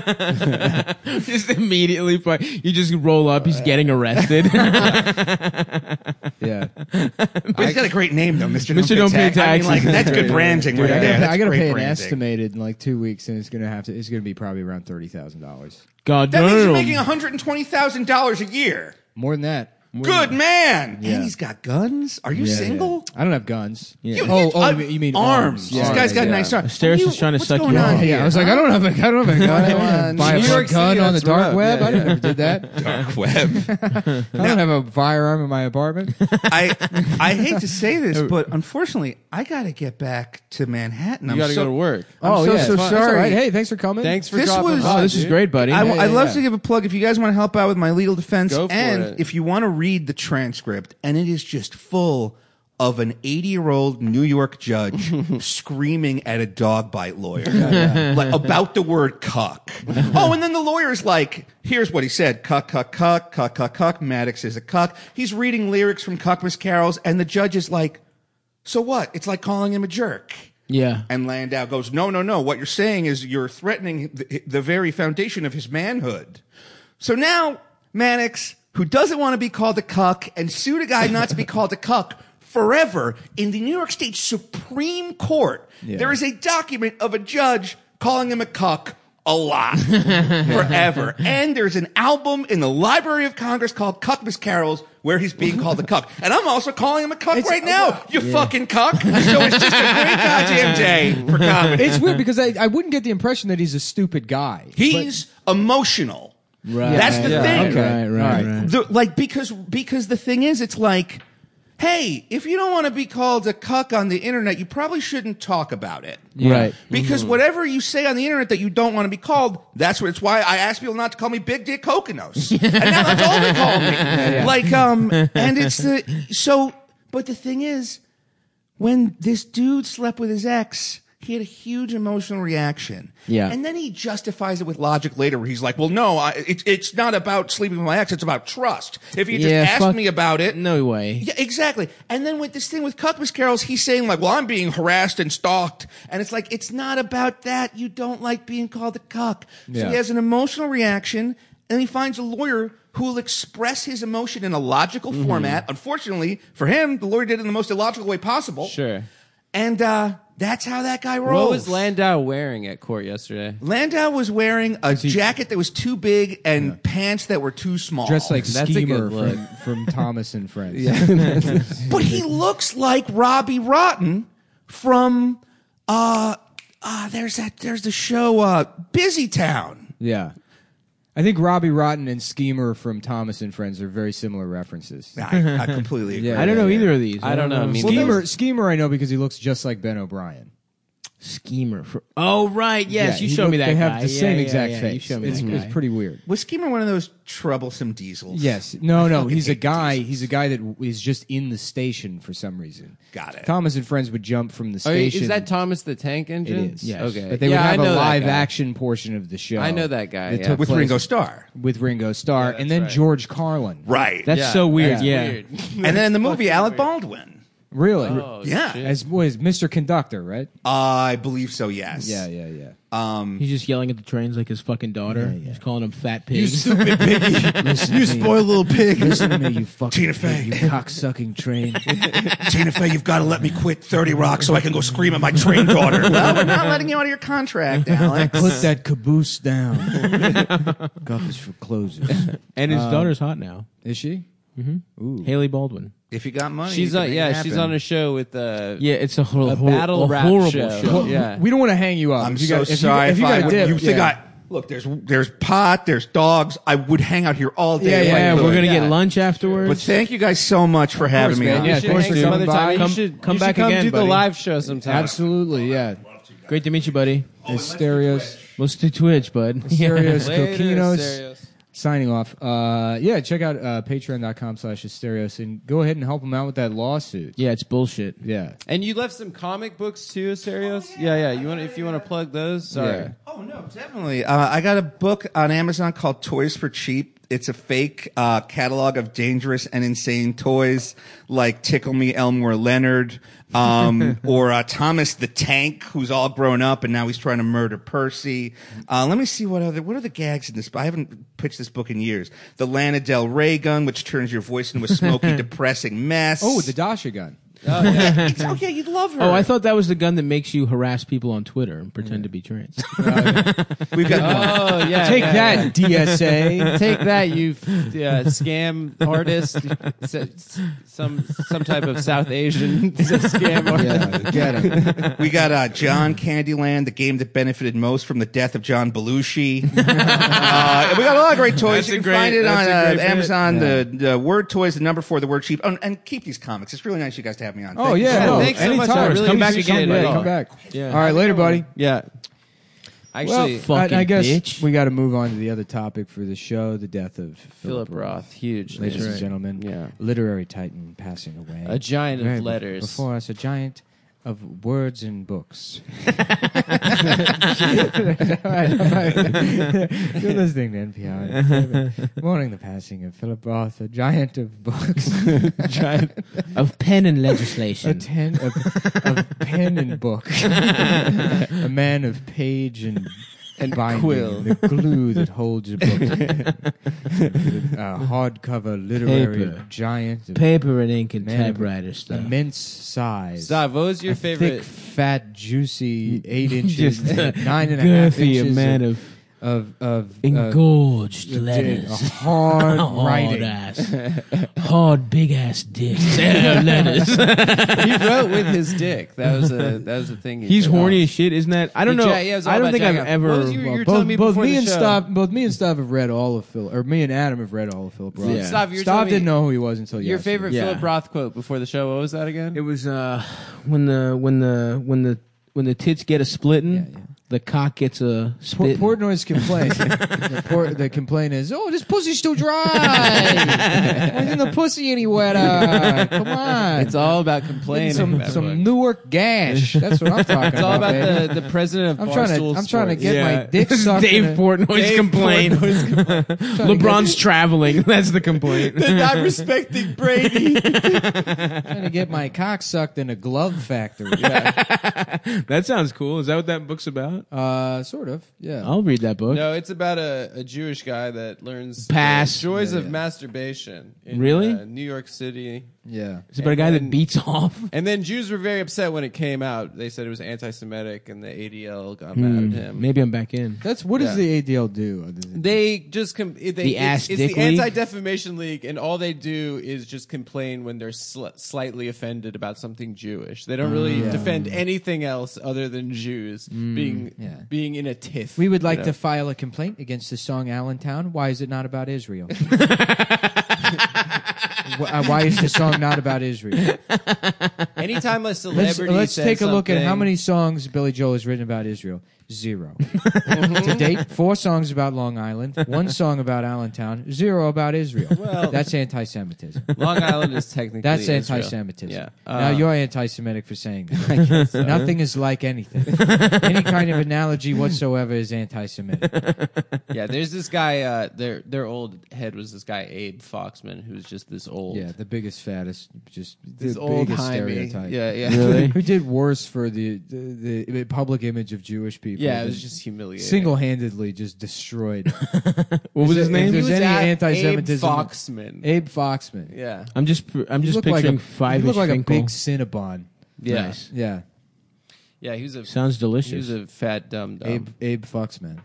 B: just immediately. fu- You just roll up. He's getting arrested.
A: Yeah,
D: He's got a great name though, Mister.
B: Mr. Don't Pay
D: I mean,
B: Taxes.
D: like that's good branding right
A: Dude, I
D: there.
A: gotta,
D: That's
A: I gotta
D: great
A: pay an
D: branding.
A: estimated in like two weeks, and it's gonna have to. It's gonna be probably around thirty thousand dollars.
B: God
D: That means
B: damn.
D: you're making one hundred and twenty thousand dollars a year.
A: More than that. More
D: Good
A: than-
D: man.
A: Yeah.
D: And he's got guns. Are you
A: Yeah,
D: single?
A: yeah. I don't have guns.
D: You-
A: oh,
D: you-
A: oh,
D: uh,
A: you mean- you mean
D: arms?
A: arms?
D: This
A: Yeah,
D: guy's got
A: yeah. Oh,
D: nice arms.
B: Asterisk
D: Are
B: is trying to
D: what's
B: suck
D: going
B: you
D: on
B: off.
D: here?
A: Yeah, I was like, I don't have a, I don't have a gun. I don't wanna buy a
C: New York
A: gun
C: City,
A: on the
C: that's
A: dark
C: rough.
A: web.
C: Yeah,
A: I never did that.
D: dark web.
A: I don't have a firearm in my apartment.
D: I I hate to say this, but unfortunately, I got to get back to Manhattan. I'm
C: you got to
D: so-
C: go to work.
D: I'm so,
A: Oh, it's fine.
D: so
A: That's all
D: sorry.
A: right. Hey, thanks for coming.
C: Thanks for
D: this
C: dropping
D: was-
C: by,
B: Oh, this is
C: dude.
B: great, buddy.
D: I,
A: yeah,
D: would love
A: yeah.
D: to give a plug if you guys want to help out with my legal defense,
C: Go for
D: and
C: it.
D: if you want to read the transcript, and it is just full of an 80 year old New York judge screaming at a dog bite lawyer like, about the word cuck. oh, and then the lawyer's like, here's what he said cuck, cuck, cuck, cuck, cuck, cuck. Maddox is a cuck. He's reading lyrics from Cuckmas Carols, and the judge is like, so what? It's like calling him a jerk.
B: yeah.
D: And Landau goes, No, no, no. What you're saying is you're threatening the, the very foundation of his manhood. So now Mannix, who doesn't want to be called a cuck and sued a guy not to be called a cuck forever in the New York State Supreme Court, there is a document of a judge calling him a cuck a lot forever. And there's an album in the Library of Congress called Cuck Miss Carols where he's being called a cuck. And I'm also calling him a cuck right now, you fucking cuck. So it's just a great goddamn day for comedy.
A: It's weird because I, I wouldn't get the impression that he's a stupid guy.
D: He's emotional.
B: Right.
D: That's the
B: yeah.
D: thing.
B: Okay. Right. Right.
A: All right.
B: right.
D: The, like because because the thing is, it's like, hey, if you don't want to be called a cuck on the internet, you probably shouldn't talk about it.
B: Right.
D: Because
B: Mm-hmm.
D: whatever you say on the internet that you don't want to be called, that's what it's why I ask people not to call me Big Dick Kokonos. and now that's all they call me. Like, um, and it's the, so, but the thing is, when this dude slept with his ex, he had a huge emotional reaction.
B: Yeah.
D: And then he justifies it with logic later where he's like, well, no, I, it, it's not about sleeping with my ex. It's about trust. If you just
B: Yeah,
D: asked
B: fuck-
D: me about it.
B: No way.
D: Yeah, exactly. And then with this thing with Cuckmas Carols, he's saying like, "Well, I'm being harassed and stalked," and it's like, it's not about that. You don't like being called a cuck, so
A: Yeah.
D: he has an emotional reaction, and he finds a lawyer who will express his emotion in a logical
A: Mm-hmm.
D: format. Unfortunately for him, the lawyer did it in the most illogical way possible.
C: Sure.
D: And uh, that's how that guy rolls.
C: What was Landau wearing at court yesterday?
D: Landau was wearing a jacket that was too big and pants that were too small.
A: Dressed like
C: That's a
A: Schemer
C: good look.
A: from, from Thomas and Friends.
D: But he looks like Robbie Rotten from uh uh there's that there's the show uh Busy Town.
A: Yeah. I think Robbie Rotten and Schemer from Thomas and Friends are very similar references.
D: I, I completely agree.
A: Yeah.
B: I don't know either of these.
C: I don't know. I mean,
A: Schemer, Schemer, I know because he looks just like Ben O'Brien.
B: Schemer for oh right yes
A: Yeah,
B: you
A: he
B: showed me
A: looked-
B: that
A: They
B: guy.
A: have the
B: Yeah,
A: same
B: yeah,
A: exact
B: yeah,
A: face.
B: you showed me
A: it's,
B: that
A: it's
B: guy.
A: pretty weird.
D: Was Schemer one of those troublesome diesels?
A: Yes. No, no.
D: fucking
A: He's a
D: hate
A: guy. He's a guy that w- is just in the station for some reason.
D: Got it.
A: Thomas and friends would jump from the
C: Are you-
A: station.
C: Oh, is that Thomas the Tank
A: It
C: Engine?
A: is. Yes.
C: Okay.
A: But they
C: Yeah, I
A: would have
C: know
A: a
C: that
A: live
C: guy.
A: action portion of the show.
C: I know that guy,
A: that
C: yeah.
A: took
D: With
A: place
D: Ringo Starr.
A: With Ringo Starr, and
C: that's
A: then
C: right.
A: George Carlin.
D: Right.
B: That's
C: Yeah,
B: so weird.
C: that's
B: yeah.
C: weird.
D: and then in the movie, Alec Baldwin.
A: Really?
C: Oh,
D: Yeah.
C: shit.
A: As was Mr. Conductor, right?
D: I believe so, yes.
A: Yeah, yeah, yeah.
B: He's just yelling at the trains like his fucking daughter. He's calling him fat pig.
D: stupid piggy. you spoiled little pig.
A: Listen to me, you fucking
D: Tina Fey.
A: you cocksucking train.
D: Tina Fey, you've got to let me quit 30 Rock so I can go scream at my train daughter. well, we're not letting you out of your contract, Alex.
A: Put that caboose down. Guff is for closers.
B: and his daughter's hot now.
A: Is she?
B: Haley Baldwin.
D: if you got money,
C: She's
D: you
C: on.
D: can make
C: Yeah,
D: it
C: she's on
D: happen.
C: a show with uh,
B: Yeah, it's a, hor-
C: a
B: hor-
C: battle
B: a
C: rap
B: horrible
C: show.
B: show.
C: Yeah.
A: We don't want to hang you up.
D: I'm
A: If you
D: so
A: got- if you-
D: sorry.
A: if you,
D: I
A: got a
D: would-
A: dip,
D: you think
A: yeah.
D: I look? There's there's pot. There's dogs. I would hang out here all day.
A: Yeah,
D: if I
B: Yeah,
D: could.
B: we're gonna
C: Yeah.
B: get lunch afterwards.
D: But thank you guys so much for having me.
A: man,
D: on.
A: yeah,
C: You
A: of
C: should
A: course
C: hang
A: for
C: some
A: coming
C: other
A: by.
C: time.
A: Come-
C: you should
B: come
C: you should
B: back
C: come
B: again,
C: do
B: buddy.
C: the live show sometime.
A: Absolutely, yeah.
B: Great to meet you, buddy.
A: It's stereos,
B: Let's do Twitch, bud.
A: stereos,
C: Later,
A: coquinos.
C: serious.
A: Signing off. Uh, yeah, check out uh, patreon.com slash asterios and go ahead and help them out with that lawsuit.
B: Yeah, it's bullshit.
A: Yeah.
C: And you left some comic books too, Serios. yeah. yeah, You want if you want to plug those? Sorry.
A: Yeah.
D: Oh no, definitely. Uh, I got a book on Amazon called Toys for Cheap. It's a fake uh, catalog of dangerous and insane toys like Tickle Me Elmore Leonard um, or uh, Thomas the Tank, who's all grown up and now he's trying to murder Percy. Uh, let me see what other what are the gags in this. I haven't pitched this book in years. The Lana Del Rey gun, which turns your voice into a smoky, depressing mess.
A: Oh, the Dasha gun.
D: It's- oh yeah, you'd love her.
B: Oh, I thought that was the gun that makes you harass people on Twitter and pretend to be trans.
D: we've got.
C: Oh yeah.
A: Take
C: yeah, yeah.
A: that, DSA.
C: Take that, you f- yeah, scam artist, S- s- some some type of South Asian scam artist.
A: yeah, get him.
D: We got uh, John Candyland, the game that benefited most from the death of John Belushi. uh, we got a lot of great
C: That's
D: toys. you
C: a
D: can
C: great-
D: find it on
C: that's a
D: uh,
C: great bit.
D: Amazon. The, the word toys, the number four, the word cheap, and, and keep these comics. It's really nice you guys to have me on.
A: Oh,
D: Thank you
A: yeah.
D: so
A: no,
D: much.
C: thanks so much. I
A: anytime.
C: really
A: come back
C: appreciate
A: again.
C: it.
A: Yeah, come back. All right, later, buddy.
C: Yeah. Actually,
A: Well, I- I,
B: fucking
A: guess
B: bitch.
A: we got to move on to the other topic for the show: the death of Philip
C: Philip
A: Roth,
C: Roth, huge,
A: ladies
C: name.
A: and gentlemen,
C: Yeah.
A: literary titan passing away,
C: A giant of
A: Very bef-
C: letters.
A: before us, a giant of words and books. All right, all right. You're listening to NPR, mourning the passing of Philip Roth, a giant of books, giant
B: of pen and
A: a
B: legislation.
A: ten of, of pen and book, a man of page and
C: And
A: binding,
C: quill.
A: the glue that holds a book, a hardcover literary
B: Paper.
A: giant, of
B: Paper and ink and
A: Man of
B: typewriter stuff.
A: immense size.
C: Stav, what was your
A: a Thick,
C: favorite?
A: fat, juicy, eight inches,
B: Just a
A: nine and a half
B: girthy
A: inches
B: amount of
A: of of, of uh,
B: engorged
A: a
B: letters.
A: hard
B: Hard
A: writing.
B: ass. Hard big ass dicks. letters.
C: he wrote with his dick. That was a that was a thing. he
B: He's
C: did. Oh.
B: horny as shit, isn't that? I don't
C: The
B: know.
C: ja- yeah, it was all
B: I don't
C: about
B: think I've
C: jacking off.
B: ever. uh,
C: What was your- you were telling
A: both,
C: me
A: both
C: before
A: me
C: the
A: and
C: show.
A: Stav, both me and Stav have read all of Phil, or me and Adam have read all of Philip Roth.
B: Yeah.
C: Stav, you were telling
A: Stav
C: me-
A: didn't know who he was until
C: Your
A: yesterday.
C: favorite
B: Yeah.
C: Philip Roth quote before the show. What was that again?
B: It was uh, when the when the when the when the tits get a splitting,
A: yeah.
B: the cock gets a
A: Por-
B: spit.
A: Portnoy's complaint. the, por- the complaint is, "Oh, this pussy's too dry. Wasn't the pussy any wetter? Come on,
C: It's all about complaining.
A: some
C: That
A: some
C: book.
A: Newark gash. That's what I'm talking
C: It's all about
A: baby.
C: the, the president of
A: I'm trying to-
C: Barstool
A: I'm trying to
C: Sports.
A: get my dick
B: This is
A: sucked
B: Dave
A: in a-
B: Portnoy's complaint. LeBron's traveling. That's the complaint.
C: I'm respecting Brady.
A: trying to get my cock sucked in a glove factory.
B: that sounds cool. Is that what that book's about?
A: Uh, sort of. Yeah.
C: Oh.
B: I'll read that book.
C: No, it's about a, a Jewish guy that learns the
B: Pass.
C: joys of masturbation. In,
B: Really?
C: uh, New York City.
A: Yeah.
B: It's about a guy that
C: And-
B: beats off.
C: And then Jews were very upset when it came out. They said it was anti-Semitic, and the ADL got mad
A: Hmm.
C: at him.
B: Maybe I'm back in.
A: That's what does
C: Yeah.
A: the ADL do?
C: They just com- it- they,
B: The
C: it's,
B: Ass
C: it's
B: Dick
C: the
B: League?
C: anti-defamation league, and all they do is just complain when they're sl- slightly offended about something Jewish. They don't really
A: Mm.
C: defend anything else other than Jews being
A: yeah.
C: being in a tiff.
A: We would like
C: you know?
A: to file a complaint against the song Allentown. Why is it not about Israel? Wh- uh, Why is the song not about Israel?
C: Anytime a
A: Let's, uh,
C: celebrity
A: let's
C: says
A: take a look at how
C: something-
A: many songs Billy Joel has written about Israel. Zero. to date, four songs about Long Island, one song about Allentown, zero about Israel.
C: Well-
A: That's anti Semitism.
C: Long Island is technically
A: That's
C: Israel.
A: anti Semitism.
C: Yeah.
A: now
C: Uh,
A: you're anti Semitic for saying that. Nothing is like anything. Any kind of analogy whatsoever is anti Semitic.
C: yeah, there's this guy. Uh, their their old head was this guy Abe Foxman, who's just this old.
A: Yeah, the biggest, fattest, just
C: this
A: the
C: old
A: biggest
C: timey.
A: stereotype.
C: Yeah, yeah,
A: Who did worse for the, the, the public image of Jewish people?
C: yeah. It
A: than-
C: was just humiliating.
A: single-handedly just destroyed.
B: What
A: Is
B: was
A: it-
B: his
A: if
B: name?
A: there's
C: He was
A: any
C: at
A: anti-Semitism,
C: Abe Foxman.
A: Abe Foxman.
C: yeah,
B: I'm just pr- I'm
A: You
B: just
A: look like
B: picturing
A: a,
B: five.
A: You look like a
B: Finkel.
A: big Cinnabon.
C: yeah,
B: Nice.
A: Yeah,
C: yeah. He was a
B: Sounds
C: he was
B: delicious.
C: a fat dumb dumb.
A: Abe Abe Foxman.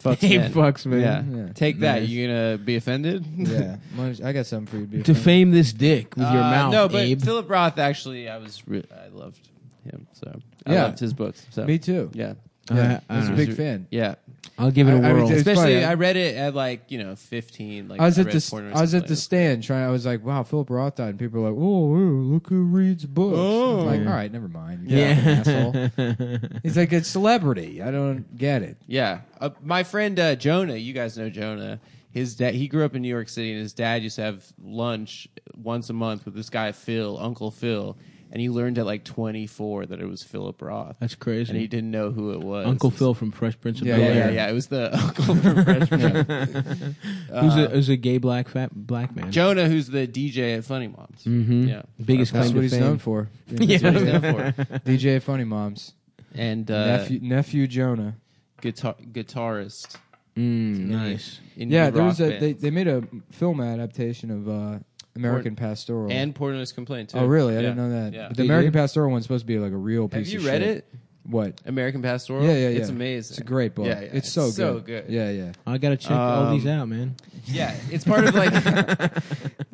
C: Foxman.
B: Abe Foxman.
C: Yeah.
A: Yeah.
C: take that. You gonna be offended?
A: Yeah, Mine- I got something for you.
B: to fame this dick with your
C: Uh,
B: mouth,
C: No, but
B: Abe.
C: Philip Roth actually, I was re- I loved him. So I
A: Yeah.
C: loved his books. So
A: Me too.
C: Yeah,
A: Yeah,
B: Uh,
A: I was a
B: uh,
A: big fan.
C: yeah.
B: I'll give it a
A: I- I would
B: whirl.
A: do- It's
C: Especially,
A: funny, I-
C: I read it at like you know fifteen. Like
A: I was at
C: read
A: the
C: porn or
A: I was at
C: something
A: the
C: like
A: stand trying. I was like, wow, Philip Roth died, and people were like, oh, oh, look who reads books.
C: Oh.
A: I'm like, all right, never mind. you
B: Yeah.
A: fucking asshole. He's like a celebrity. I don't get it.
C: that. Yeah, uh, my friend uh, Jonah. You guys know Jonah. His dad. He grew up in New York City, and his dad used to have lunch once a month with this guy Phil, Uncle Phil. And he learned at like 24 that it was Philip Roth.
B: That's crazy.
C: And he didn't know who it was.
B: Uncle Phil from Fresh Prince of
A: Yeah,
B: Bel
C: Yeah,
B: Air.
C: yeah, yeah. It was the Uncle from Fresh Prince.
B: Who's a, who's a gay black fat black man?
C: Jonah, who's the DJ at Funny Moms.
A: Mm-hmm.
C: Yeah.
B: Biggest
A: That's
B: claim
A: what
B: to
A: he's
B: fame.
A: known for.
C: That's what he's known for.
A: DJ Funny Moms.
C: And uh,
A: nephew, nephew Jonah.
C: guitar guitarist.
B: Mm, nice.
C: In
A: Yeah,
C: rock
A: there was a
C: bands.
A: they, they made a film adaptation of uh, American Pastoral.
C: and Portnoy's Complaint too.
A: oh, really? I
C: Yeah.
A: didn't know that.
C: Yeah.
A: But the
B: They
A: American
B: did?
A: Pastoral one's supposed to be like a real
C: Have
A: piece.
C: you
A: of
C: read
A: shit.
C: it?
A: What?
C: American Pastoral.
A: Yeah, yeah, yeah.
C: It's amazing.
A: It's a great book.
C: Yeah, yeah.
A: It's so
C: so
A: good.
C: good.
A: Yeah, yeah,
B: I gotta check all
C: Um,
B: these out, man.
C: Yeah, it's part of like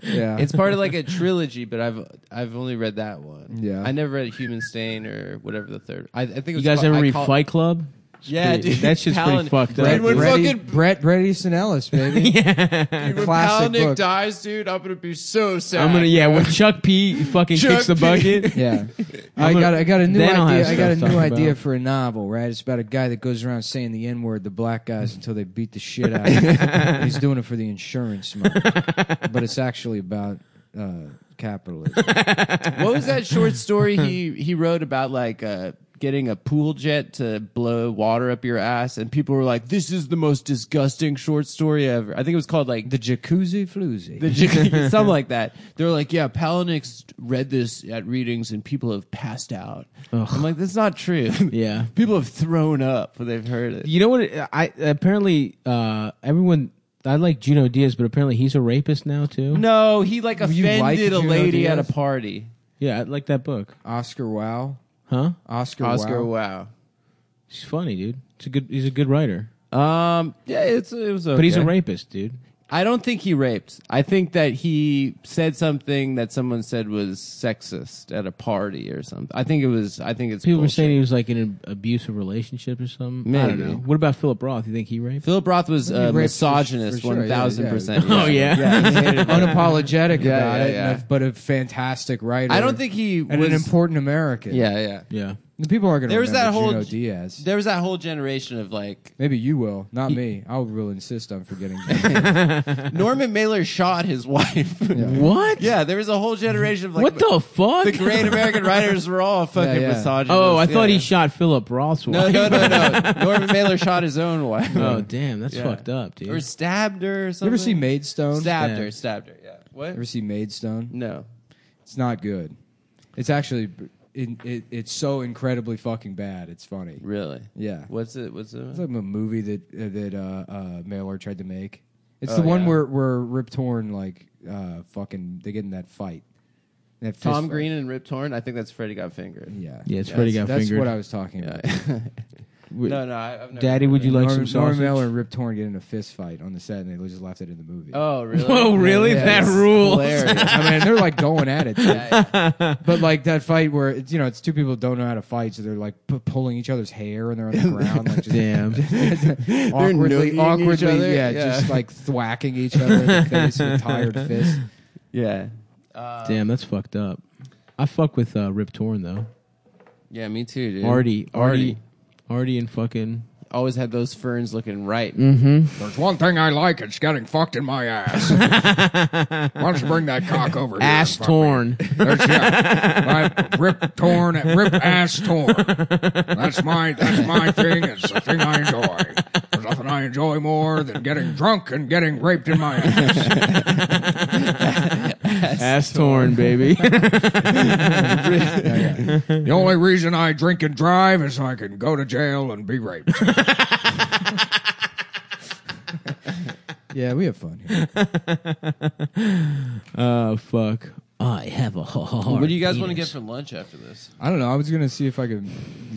A: yeah.
C: it's part of like a trilogy, but I've I've only read that one.
A: Yeah.
C: I never read Human Stain or whatever the third. I, I think it
B: You
C: was
B: guys
C: called-
B: ever
C: I
B: read
C: call-
B: Fight Club? It's
C: Yeah,
B: pretty-
C: dude.
B: that shit's pretty
C: Palin-
B: fucked up.
C: Brad Wood-
B: dude.
A: Brett,
C: fucking-
A: Brett, Brett Easton Ellis, baby.
B: yeah.
C: When
A: Classic
C: Palahniuk
A: book.
C: dies, dude, I'm gonna be so sad.
B: I'm gonna yeah. When Chuck P fucking
C: Chuck
B: kicks the
C: P.
B: bucket,
A: yeah, I
B: gonna-
A: got I got a new
B: they don't
A: idea.
B: have
A: I got a
B: stuff
A: new
B: talking
A: idea
B: about.
A: for a novel, right? It's about a guy that goes around saying the n word to black guys until they beat the shit out of him. He's doing it for the insurance money, but it's actually about uh, capitalism.
C: what was that short story he he wrote about like uh getting a pool jet to blow water up your ass and people were like this is the most disgusting short story ever i think it was called like
A: The
C: the,
A: jacuzzi floozy.
C: something like that they were like yeah palahniuk's read this at readings and people have passed out i'm like that's not true
B: Yeah.
C: people have thrown up when they've heard it
B: you know what? I apparently uh, everyone. I like Gino Diaz, but apparently he's a rapist now too.
C: no he like
A: You
C: offended
A: like
C: a
A: Juno
C: lady
A: Diaz?
C: at a party
B: Yeah, I like that book,
A: Oscar Wow.
B: huh?
A: Oscar,
C: oscar
A: Wow.
C: wow,
B: He's funny, dude. It's a good. He's a good writer,
C: um yeah it's it was okay.
B: but he's a rapist, dude.
C: I don't think he raped. I think that he said something that someone said was sexist at a party or something. I think it was. I think it's
B: People were
C: bullshit.
B: saying he was like in an abusive relationship or something. I don't
C: Maybe.
B: know. What about Philip Roth? You think he raped?
C: Philip Roth was
A: he
C: a
A: raped for-
C: misogynist,
A: for sure, yeah,
C: one thousand percent.
B: yeah. Oh, yeah?
A: Unapologetic
C: Yeah,
A: about
C: yeah,
A: it,
C: yeah.
A: and a- but a fantastic writer.
C: I don't think he
A: and
C: was.
A: an important American.
C: yeah, yeah.
B: yeah.
A: The people are going to
C: There was
A: remember
C: that whole
A: Gino Diaz.
C: There was that whole generation of like
A: Maybe you will, not me. I will insist on forgetting. Gino.
C: Norman Mailer shot his wife. Yeah.
B: What?
C: there was a whole generation of like
B: What the fuck?
C: the great American writers were all fucking
A: Yeah, yeah.
C: misogynists.
B: oh, I thought
C: Yeah.
B: he shot Philip Roth's
C: No,
B: wife.
C: no, no, no. Norman Mailer shot his own wife.
B: Oh, damn, that's
C: Yeah.
B: fucked up, dude.
C: or stabbed her or
A: you
C: something.
A: ever see Maidstone?
C: Stabbed
B: Yeah.
C: her, stabbed her. Yeah. What?
A: Ever see Maidstone?
C: No.
A: It's not good. It's actually, it, it, it's so incredibly fucking bad. It's funny.
C: Really?
A: Yeah.
C: What's it? What's it?
A: It's like a movie that uh, that uh, uh, Mailer tried to make. It's
C: Oh,
A: the one
C: yeah.
A: where where Rip Torn like uh, fucking they get in that fight. That fist
C: Tom
A: fight.
C: Green and Rip Torn. I think that's Freddie Got Fingered.
A: Yeah.
B: yeah, it's
C: Yeah,
B: Freddie got
A: That's what
B: fingered.
A: I was talking about.
C: No, no. I, I've never
B: Daddy, would you like
A: Norm,
B: some
A: Norm
B: sausage?
A: Mailer and Rip Torn get in a fist fight on the set, and they just left it in the movie.
C: Oh, really?
B: Whoa, really?
C: Yeah,
B: That
C: it's
B: rules.
C: hilarious.
A: I mean, they're like going at it, but like that fight where it's, you know it's two people don't know how to fight, so they're like p- pulling each other's hair and they're on the ground, like just
B: Damn.
A: awkwardly,
C: nootying each
A: awkwardly,
C: other?
A: yeah,
C: Yeah.
A: just like thwacking each other in the face with tired fists.
C: yeah.
B: Damn, that's fucked up. I fuck with uh, Rip Torn though.
C: Yeah, me too, dude.
B: Artie, Artie,
C: Artie.
B: Artie, and fucking.
C: always had those ferns looking right.
A: There's one thing I like. It's getting fucked in my ass. Why don't you bring that cock over here?
B: Ass
A: and fuck me?
B: torn.
A: There's, yeah. I- rip torn, rip ass torn. That's my that's my thing. It's the thing I enjoy. There's nothing I enjoy more than getting drunk and getting raped in my ass.
B: Ass torn, baby.
A: The only reason I drink and drive is so I can go to jail and be raped. yeah, we have fun here.
B: Oh fuck. I have a hard
C: What do you guys want to get
B: penis.
C: for lunch after this?
A: I don't know. I was gonna see if I could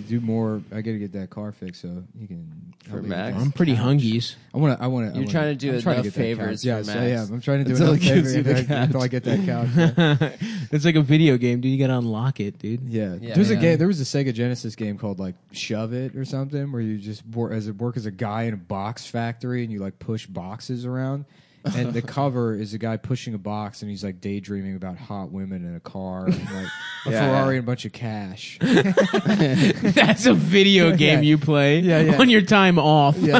A: do more. I gotta get that car fixed so you can.
C: For Max?
B: I'm pretty hungies.
A: I want to. I want to.
C: You're trying to do
A: I'm trying to
C: enough
A: get that couch.
C: favors for
A: Yes, I
C: Max.
A: am. I'm trying to do
C: Until
A: enough
C: he gives
A: favors
C: you the
A: until I- until I
C: couch.
A: get that couch.
B: it's like a video game, dude. You gotta unlock it, dude.
A: Yeah.
C: Yeah.
A: There's a
C: Yeah.
A: game. There was a Sega Genesis game called like Shove It or something, where you just wor- as a, work as a guy in a box factory and you like push boxes around. And the cover is a guy pushing a box and he's like daydreaming about hot women in a car, and, like a
C: Yeah.
A: Ferrari and a bunch of cash.
B: That's a video game you play
A: Yeah, yeah.
B: on your time off.
A: Yeah, yeah.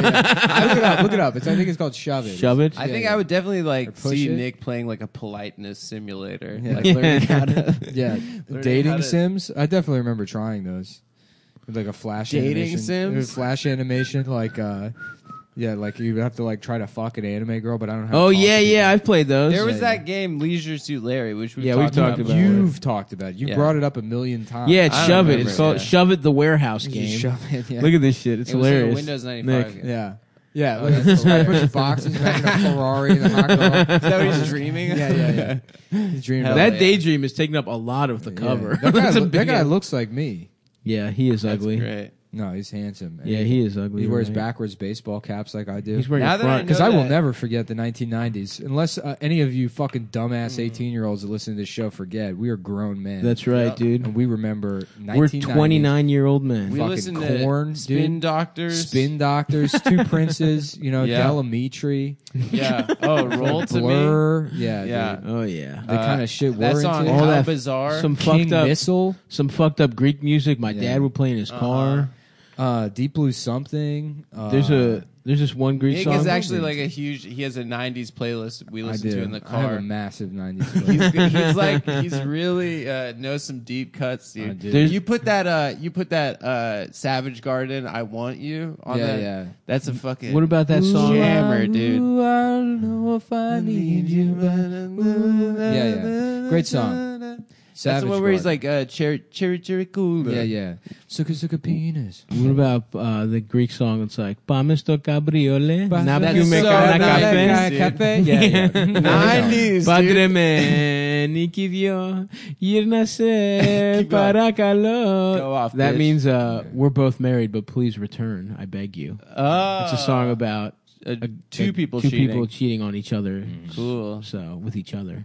A: look it up. Look it up. It's, I think it's called Shove It.
B: Shove it.
C: I
A: Yeah,
C: think
A: yeah.
C: I would definitely like
A: push
C: see
A: it.
C: Nick playing like a politeness simulator,
A: Yeah.
C: like learning how to
A: Yeah,
C: Learning how
A: dating
C: to-
A: sims. I definitely remember trying those. With, Like a flash
C: Dating
A: animation.
C: Sims?
A: It was Flash animation, like uh, yeah, like you have to like try to fuck an anime girl, but I don't. Have
B: Oh yeah, yeah. I've played those.
C: There was that game Leisure Suit Larry, which we've
B: Yeah, we've
C: talked
B: talked
C: about.
B: about it.
A: You've talked about. it. You
C: Yeah.
A: brought it up a million times.
B: Yeah, it's
C: I don't
B: shove it.
C: remember
B: It's
C: it,
B: called
C: yeah.
B: shove it. The warehouse
A: You
B: game.
A: shove it, yeah.
B: Look at this shit. It's
C: It was like a
B: hilarious.
C: Windows 95
B: Nick.
C: game.
A: yeah, yeah. Like it's just a bunch of boxes back in a Ferrari and a hot girl.
C: Is that what he's dreaming? of?
A: Yeah, yeah, yeah. He's dreaming
C: Hell
A: about
B: That
C: yeah.
B: daydream is taking up a lot of the cover.
A: Yeah. That, guy,
B: That's a
A: loo- that
B: big-
A: guy looks like me.
B: Yeah, he is
C: That's
B: ugly.
C: great.
A: No, he's handsome. And
B: Yeah, he is ugly.
A: He wears
B: right?
A: backwards baseball caps like I do.
B: He's wearing
C: Now
B: a
C: that I
B: front.
C: know-
A: Because I will
C: that-
A: never forget the 1990s, unless uh, any of you fucking dumbass
C: Mm.
A: 18 year olds that listen to this show forget. We are grown men.
B: That's right,
C: Yep.
A: and
B: dude.
A: we remember.
B: We're
A: 1990s,
B: 29 year old men.
C: We
A: Fucking
C: listened
A: corn,
C: to
A: dude.
C: Spin Doctors.
A: Spin Doctors, Two Princes, you know,
C: Yeah.
A: Delamitri,
C: Yeah. Oh, roll to me.
A: Blur, yeah,
C: Yeah.
A: dude.
B: Oh yeah.
C: Uh,
A: the kind of shit
C: That
A: we're
C: song,
A: into.
B: All
C: How
B: that-
C: Bizarre.
B: some
A: King
B: fucked up,
A: Missile,
B: some fucked up Greek music. My
A: Yeah.
B: dad would play in
C: Uh-huh.
B: his car.
A: uh, Deep Blue Something. Uh,
B: There's a there's this one Greek
C: Nick
B: song.
C: is Uh-huh. actually like a huge. He has a '90s playlist we
A: I
C: listen
A: do.
C: to in the
A: I have a
C: car.
A: massive 90s. playlist.
C: He's, he's like he's really uh, knows some deep cuts,
A: I
C: dude.
A: do.
B: There's-
C: You put that uh, you put that uh, Savage Garden, I want you on
A: Yeah,
C: that.
A: yeah.
C: That's a fucking
B: What about
A: Mm.
B: that song?
C: jammer, dude?
A: Ooh, I don't know if I need you.
C: Yeah,
A: yeah. Great song.
C: That's
A: Savage
C: the one where he's
A: Garden.
C: like uh, cherry cherry cherry cool.
A: Yeah, yeah. Suka suka penis.
B: What about uh, the Greek song? It's like Pamisto Cabriole, Napiu me
C: so
B: kana
C: nice,
B: kafe."
C: dude.
A: Yeah, yeah.
C: Nineties,
B: Padre με νικηδιό, γύρνασε
C: Keep going.
B: παρακαλώ.
C: Go off,
B: That
C: bitch.
B: means uh, we're both married, but please return, I beg you.
C: Oh,
B: It's a song about
C: Uh,
B: a-
C: two
B: a-
C: people
B: two
C: cheating. Mm.
B: people cheating on each other.
C: Cool.
B: So with each other,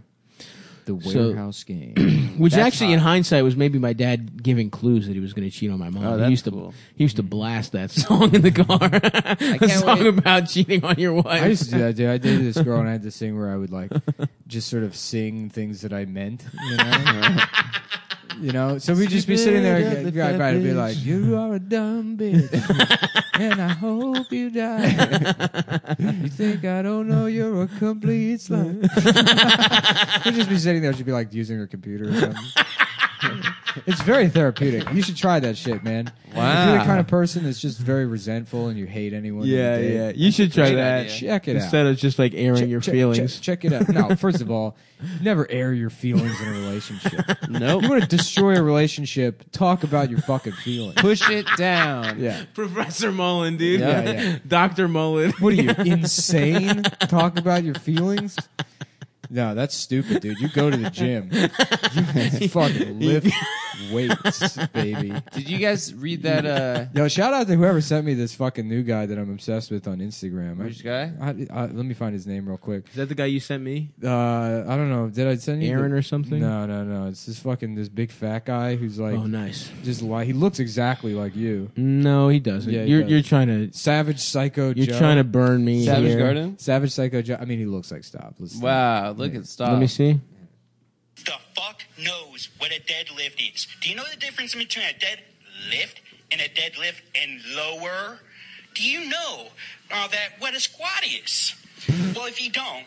A: The
B: So-
A: warehouse game.
B: which
C: That's
B: actually, in hindsight, was maybe my dad giving clues that he was going to cheat on my mom.
C: Oh,
B: he
C: that's
B: used to
C: cool.
B: he used to blast that song in the car. a
C: can't
B: song
C: wait.
B: about cheating on your wife.
A: I used to do that, dude. I dated this girl, and I had this thing where I would like just sort of sing things that I meant, you know. you know, so we'd just be sitting there,
C: Stupid
A: and I'd probably be like, "You are a dumb bitch, and I hope you die. you think I don't know you're a complete slut?" we'd just be sitting there, she'd be like using her computer or something. It's very therapeutic. You should try that shit, man. If you're the
C: Wow.
A: kind of person that's just very resentful and you hate anyone, you
B: yeah,
A: date,
B: yeah. You should try
C: Great
B: that
C: idea.
A: Check it out.
B: instead of just like airing your feelings.
A: Check, it out. No, first of all, never air your feelings in a relationship.
C: Nope.
A: You want to destroy a relationship? Talk about your fucking feelings.
C: Push it down.
A: Yeah.
B: Professor Mullen, dude.
C: Yeah,
A: yeah.
B: Doctor Mullen.
A: What are you insane? Talk about your feelings? No, that's stupid, dude. You go to the gym. You fucking lift weights, baby.
C: Did you guys read that? Uh,
A: Yo, shout out to whoever sent me this fucking new guy that I'm obsessed with on Instagram. I-
C: which guy?
A: I- I- let me find his name real quick.
B: Is that the guy you sent me?
A: Uh, I don't know. Did I send you the-
B: Aaron or something?
A: No, no, no. It's this fucking this big fat guy who's like
B: oh, nice.
A: just like he looks exactly like you.
B: Mm, No, he doesn't.
A: Yeah, he
B: you're
A: does.
B: you're trying to
A: Savage Psycho
B: you're
A: Joe.
B: trying to burn me.
C: Savage
B: here.
C: Garden.
A: Savage Psycho Joe. I mean, he looks like Stop. Let's
C: Uh, Wow, look at stop.
B: Let me see.
F: The fuck? knows what a deadlift is. Do you know the difference between a deadlift and a deadlift and lower? Do you know uh, that what a squat is? Well, if you don't,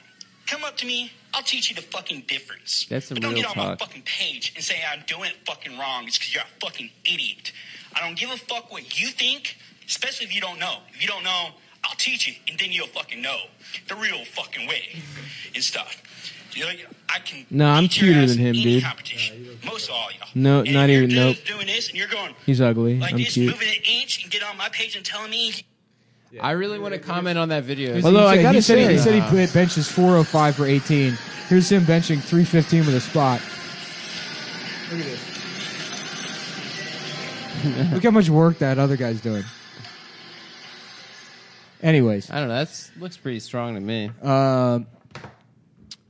F: come up to me. I'll teach you the fucking difference.
C: That's some
F: but don't
C: real
F: get on
C: talk.
F: my fucking page and say I'm doing it fucking wrong. It's because you're a fucking idiot. I don't give a fuck what you think, especially if you don't know. If you don't know, I'll teach you, and then you'll fucking know the real fucking way and stuff. You know, I can.
B: No, I'm
F: beat your
B: cuter
F: ass
B: than
F: in
B: him,
F: any
B: dude.
F: Competition. Most all y'all.
B: No,
F: And
B: not
F: if
B: even-
F: You're
B: nope.
F: just doing this, and you're going
B: He's ugly.
F: like
B: I'm
F: this,
B: cute.
F: moving an inch, and get on my page and telling me
C: I really want to comment on that video.
B: Although
A: He
B: I
A: said-
B: gotta
A: he said he,
B: say-
A: he said he put- benches 405 for 18. Here's him benching 315 with a spot. Look at this. Look how much work that other guy's doing. Anyways,
C: I don't know. That looks pretty strong to me.
A: um,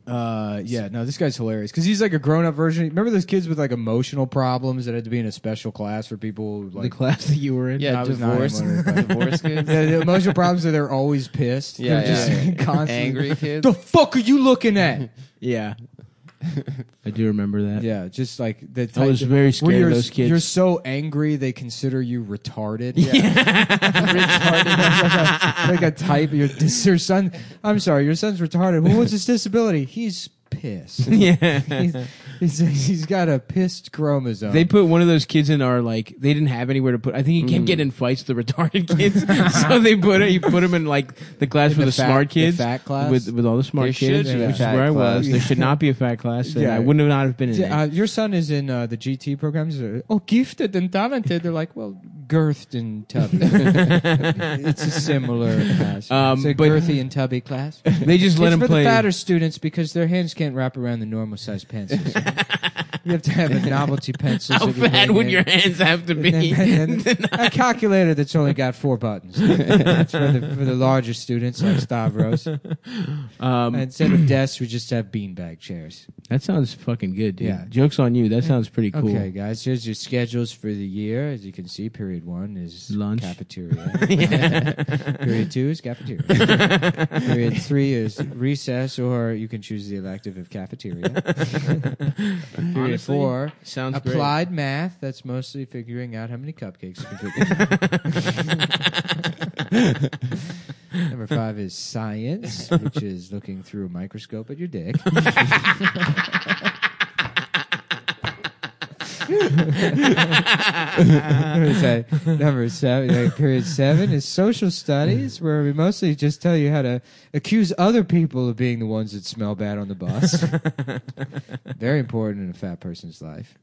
A: uh, yeah, no, this guy's hilarious because he's like a grown-up version. Remember those kids with like emotional problems that had to be in a special class for people who,
B: the
A: like
B: class that you were in.
A: I
C: yeah,
A: was not
C: divorce,
A: even wondering if I-
C: divorce kids.
A: Yeah, the emotional problems are they're always pissed.
C: Yeah,
A: they're just
C: yeah, yeah.
A: constantly
C: Angry kids.
A: The fuck are you looking at?
B: yeah. I do remember that.
A: Yeah, just like the.
B: I was
A: type-
B: very scared
A: where
B: of
A: you're-
B: those kids.
A: You're so angry they consider you retarded. retarded. That's like, a, like a type. Your dis- your son. I'm sorry, your son's retarded. Well, what's his disability? He's pissed.
B: Yeah.
A: He's, he's, he's got a pissed chromosome.
B: They put one of those kids in our like they didn't have anywhere to put. I think he kept
A: Mm.
B: getting in fights with the retarded kids, so they put it. You put him in like the class
A: In
B: for
A: the
B: the,
A: fat-
B: smart
A: the
B: kids,
A: fat class?
B: with with all the smart
C: There should
B: kids,
C: be a
B: which is
C: fat
B: where I was.
C: class.
B: There should not be a fat class. Yeah,
A: Yeah.
B: I wouldn't have not have been in it.
A: Uh, your son is in uh, the GT programs. They're, Oh, gifted and talented. They're like, well, girthed and tubby. it's a similar class.
B: Um,
A: it's a
B: but-
A: girthy and tubby class.
B: they just let
A: it's
B: him
A: uh, for
B: play.
A: the fatter students because their hands can't wrap around the normal size pencils. you have to have a novelty pencil.
B: How fat would your hands have to be?
A: a calculator that's only got four buttons. That's for the, for the larger students like Stavros. Um, Instead of desks, we just have beanbag chairs.
B: that sounds fucking good, dude.
A: Yeah.
B: Jokes on you. That sounds pretty cool.
A: Okay, guys, here's your schedules for the year. As you can see, period one is
B: Lunch.
A: cafeteria. period two is cafeteria. period three is recess, or you can choose the elective of cafeteria. period
B: Honestly,
A: four
B: sounds great.
A: applied math. That's mostly figuring out how many cupcakes you can pick. Number five is science, which is looking through a microscope at your dick. What is that? Number seven, like, period seven is social studies, where we mostly just tell you how to accuse other people of being the ones that smell bad on the bus. Very important in a fat person's life.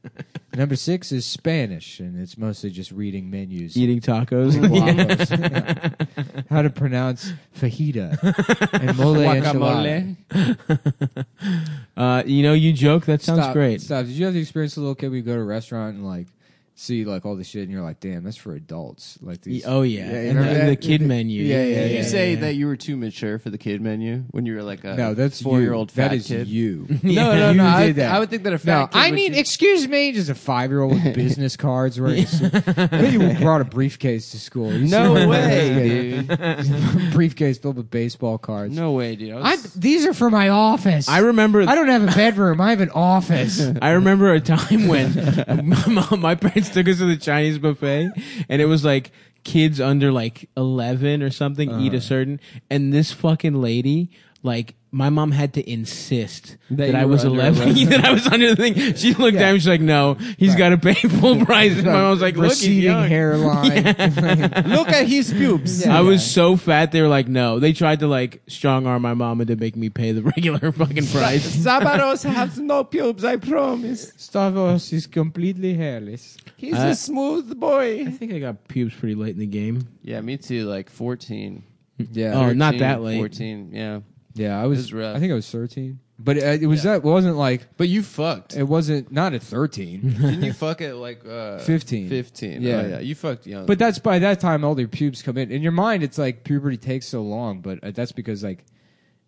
A: Number six is Spanish, and it's mostly just reading menus.
B: Eating tacos.
A: Guapos. Yeah. How to pronounce fajita and mole enchilada.
C: Guacamole.
B: Uh, you know, you joke. That sounds
A: Stop,
B: great.
A: Stop. Did you have the experience as a little kid? We go to a restaurant and like see like all the shit, and you're like, damn, that's for adults. Like these.
B: Oh yeah,
A: you
B: and,
A: remember
B: the, and the
A: that?
B: kid menu.
A: Yeah, yeah,
C: Did
A: yeah.
C: you say that you were too mature for the kid menu when you were like a
A: No, that's
C: four
A: you.
C: year old fat
A: That is
C: kid?
A: you.
C: No, no,
A: You
C: no. I,
A: did that.
C: I would think that a
A: No,
C: fat kid.
A: I
C: would
A: mean,
C: just-
A: excuse me, just a five year old with business cards wearing. a suit. I bet you brought a briefcase to school. You
C: no
A: see-
C: way, dude.
A: briefcase filled with baseball cards.
C: No way, dude. I was-
A: I'm, these are for my office.
B: I remember.
A: I don't have a bedroom. I have an office.
B: I remember a time when my, my parents took us to the Chinese buffet, and it was like kids under like eleven or something
A: Uh.
B: eat a certain, and this fucking lady like. My mom had to insist that,
C: you
B: I
C: were
B: was
C: under
B: 11, that I was under the thing. She looked at me, she's like, no, he's got to pay full price. And my mom was like, look, he's
A: receding
B: young.
A: hairline.
C: look at his pubes.
A: Yeah.
B: I was so fat, they were like, no. They tried to like strong arm my mom into make me pay the regular fucking price.
C: Sabaros has no pubes. I promise.
A: Stavros is completely hairless.
C: He's
B: Uh,
C: a smooth
B: I
C: boy.
B: think I got pubes pretty late in the game.
C: Yeah, me too. Like fourteen.
A: Yeah.
B: Oh, not
C: 13,
B: that late.
C: Fourteen. Yeah.
A: yeah. I
C: This is
A: was.
C: rough.
A: I think I was thirteen. But uh, it was that wasn't like
C: But you fucked.
A: it wasn't not at thirteen.
C: Didn't you fuck at like uh,
A: 15.
C: 15.
A: Yeah.
C: Oh, yeah. You fucked young.
A: But that's by that time all their pubes come in. In your mind, it's like puberty takes so long, but uh, that's because like,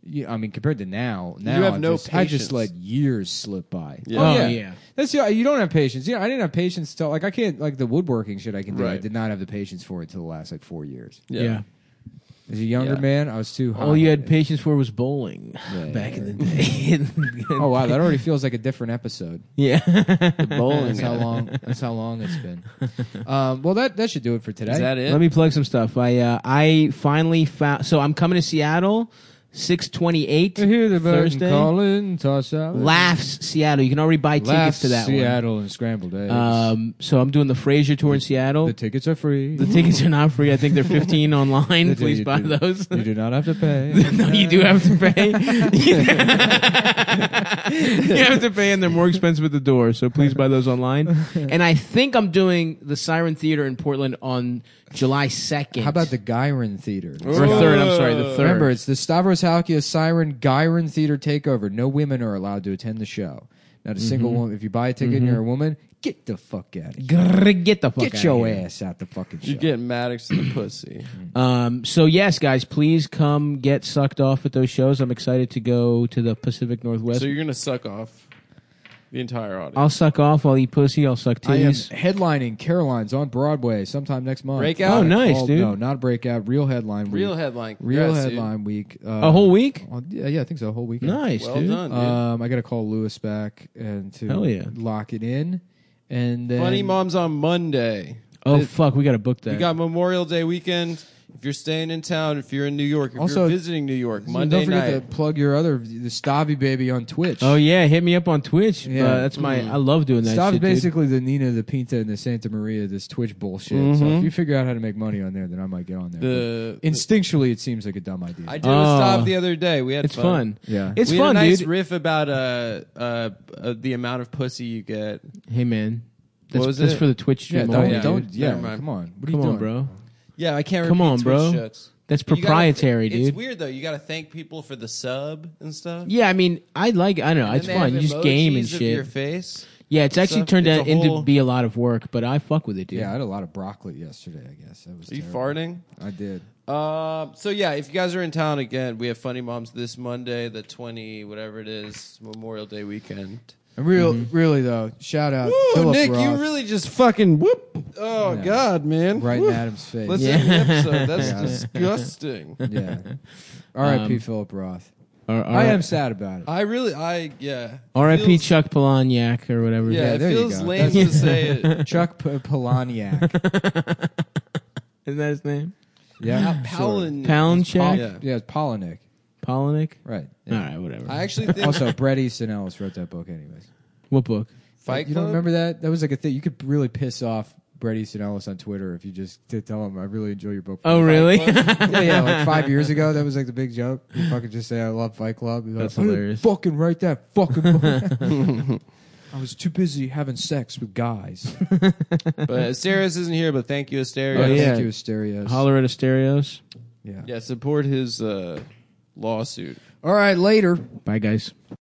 A: you, I mean, compared to now, now
C: have
A: I
C: no
A: just, I just
C: patience.
A: let years slip by.
C: Yeah.
B: Oh, yeah.
A: That's yeah. You don't have patience. Yeah, I didn't have patience till like I can't like the woodworking shit I can do. I
C: Right.
A: did not have the patience for it till the last like four years.
B: Yeah.
A: As a younger
C: Yeah.
A: man, I was too hot.
B: All you had patience for was bowling back in the day.
A: Oh wow, that already feels like a different episode.
B: yeah.
A: That's how long. That's how long it's been. Um, well, that that should do it for today.
C: Is that it?
B: Let me plug some stuff. I uh, I finally found. So I'm coming to Seattle, six twenty eight
A: I hear the birds
B: Thursday.
A: calling, toss out.
B: Laughs Seattle. You can already buy tickets
A: Laughs
B: to that
A: Seattle and scrambled eggs.
B: one. Um, so I'm doing the Fraser tour in Seattle.
A: the tickets are free.
B: The tickets are not free. I think they're 15 online.
A: You do-
B: Please
A: you
B: buy
A: do-
B: those.
A: You do not have to pay.
B: no, you do have to pay. you have to pay, and they're more expensive at the door. So please buy those online. And I think I'm doing the Siren Theater in Portland on July 2nd.
A: How about the Gyron Theater?
B: or third? I'm sorry, the third.
A: Remember, it's the Stavros Halkias Siren Gyron Theater takeover. No women are allowed to attend the show. Not a single woman. If you buy a ticket and you're a woman, get the fuck out of here.
B: Grr, get the fuck
A: Get
B: outta
A: your
B: here.
A: ass out the fucking show.
C: You're getting Maddox to the pussy.
B: Um, so yes, guys, please come get sucked off at those shows. I'm excited to go to the Pacific Northwest.
C: So you're gonna suck off the entire audience.
B: I'll suck off. I'll eat pussy. I'll suck
A: I am
B: titties.
A: headlining Caroline's on Broadway sometime next month.
C: Breakout? Oh,
B: nice, dude.
A: No, not breakout. Real headline week.
C: Real headline.
A: Real
C: Congrats, dude.
A: headline week. Uh,
B: A whole week?
A: on- yeah, yeah, I think so. A whole weekend.
B: Nice,
C: Well
B: dude.
C: done, dude.
A: Um, I got to call Lewis back and to
B: Hell yeah.
A: lock it in. And then
C: Funny Mom's on Monday.
B: Oh fuck, we gotta book that.
C: You got Memorial Day weekend. If you're staying in town, if you're in New York, if
A: Also-
C: you're visiting New York,
A: So
C: Monday
A: don't forget
C: night.
A: to plug your other the Stavi baby on Twitch.
B: oh yeah, hit me up on Twitch.
A: Yeah.
B: Uh, that's
C: Mm-hmm.
B: my. I love doing that.
A: Stavi's
B: shit, dude.
A: basically the Nina, the Pinta, and the Santa Maria. This Twitch bullshit. So if you figure out how to make money on there, then I might get on there.
C: Mm-hmm. The-
A: But instinctually, it seems like a dumb idea.
C: I did a stop
B: Oh.
C: the other day. We had
B: It's fun.
A: Yeah.
B: it's
C: we
B: fun,
C: had a nice
B: dude.
C: riff about uh, uh, uh, the amount of pussy you get.
B: hey man, that's,
C: was
B: that's
C: it?
B: for the Twitch
A: yeah,
B: stream.
A: don't,
B: only,
A: don't,
C: dude.
A: yeah.
C: Never mind.
A: Come on, what
B: dude.
A: are
B: Come
A: you
B: on,
A: doing?
B: bro.
C: Yeah, I can't.
B: Come
C: repeat
B: on,
C: Twitch
B: bro.
C: Shuts.
B: That's
C: You gotta-
B: proprietary, dude.
C: It's weird though. You got to thank people for the sub and stuff.
B: Yeah, I mean, I like. I don't know. It's
C: And they
B: fun.
C: have
B: You just game
C: emojis
B: and
C: of
B: shit.
C: Your face.
B: Yeah, it's actually
C: stuff.
B: turned
C: It's a
B: out into
C: whole-
B: be a lot of work, but I fuck with it, dude.
A: Yeah, I had a lot of broccoli yesterday. I guess that was.
C: Are you
A: terrible.
C: farting?
A: I did.
C: Um, so yeah, if you guys are in town again, we have Funny Moms this Monday, the twenty whatever it is, Memorial Day weekend.
A: And real, really though, shout out
C: Woo,
A: Philip
C: Nick, you
A: Roth,
C: really just fucking whoop. Oh God, man!
A: right in
C: Woo.
A: Adam's face.
C: Let's
B: Yeah.
C: end the episode. That's disgusting.
A: yeah.
C: Um,
A: R.I.P. Philip Roth.
B: Or- or-
A: I am sad about it.
C: I really, I yeah.
B: R.I.P.
C: Feels-
B: Chuck Palahniuk or whatever.
C: Yeah,
A: Yeah,
C: it
A: there you
C: feels
A: go.
C: lame to say it.
A: Chuck P- Palahniuk.
B: isn't that his name?
A: yeah, sure.
C: Palin.
B: Pound check.
C: Yeah.
A: Yeah, it's Polinick.
B: Palahniuk.
A: Right.
B: All right, whatever.
C: I actually think
A: also, Brett Easton Ellis wrote that book, anyways.
B: what book?
C: Fight
A: you don't
C: Club?
A: remember that? That was like a thing. You could really piss off Brett Easton Ellis on Twitter if you just to tell him, "I really enjoy your book."
B: Oh, really?
A: yeah, yeah. Like five years ago, that was like the big joke. You fucking just say, "I love Fight Club." You're like,
B: That's
A: "I didn't
B: hilarious.
A: Fucking write that fucking book. I was too busy having sex with guys.
C: But Asterios isn't here, but thank you, Asterios.
B: Oh, yeah.
A: Thank you, Asterios.
B: Holler at Asterios.
A: yeah.
C: Yeah, support his uh, lawsuit.
A: All right, later.
B: Bye, guys.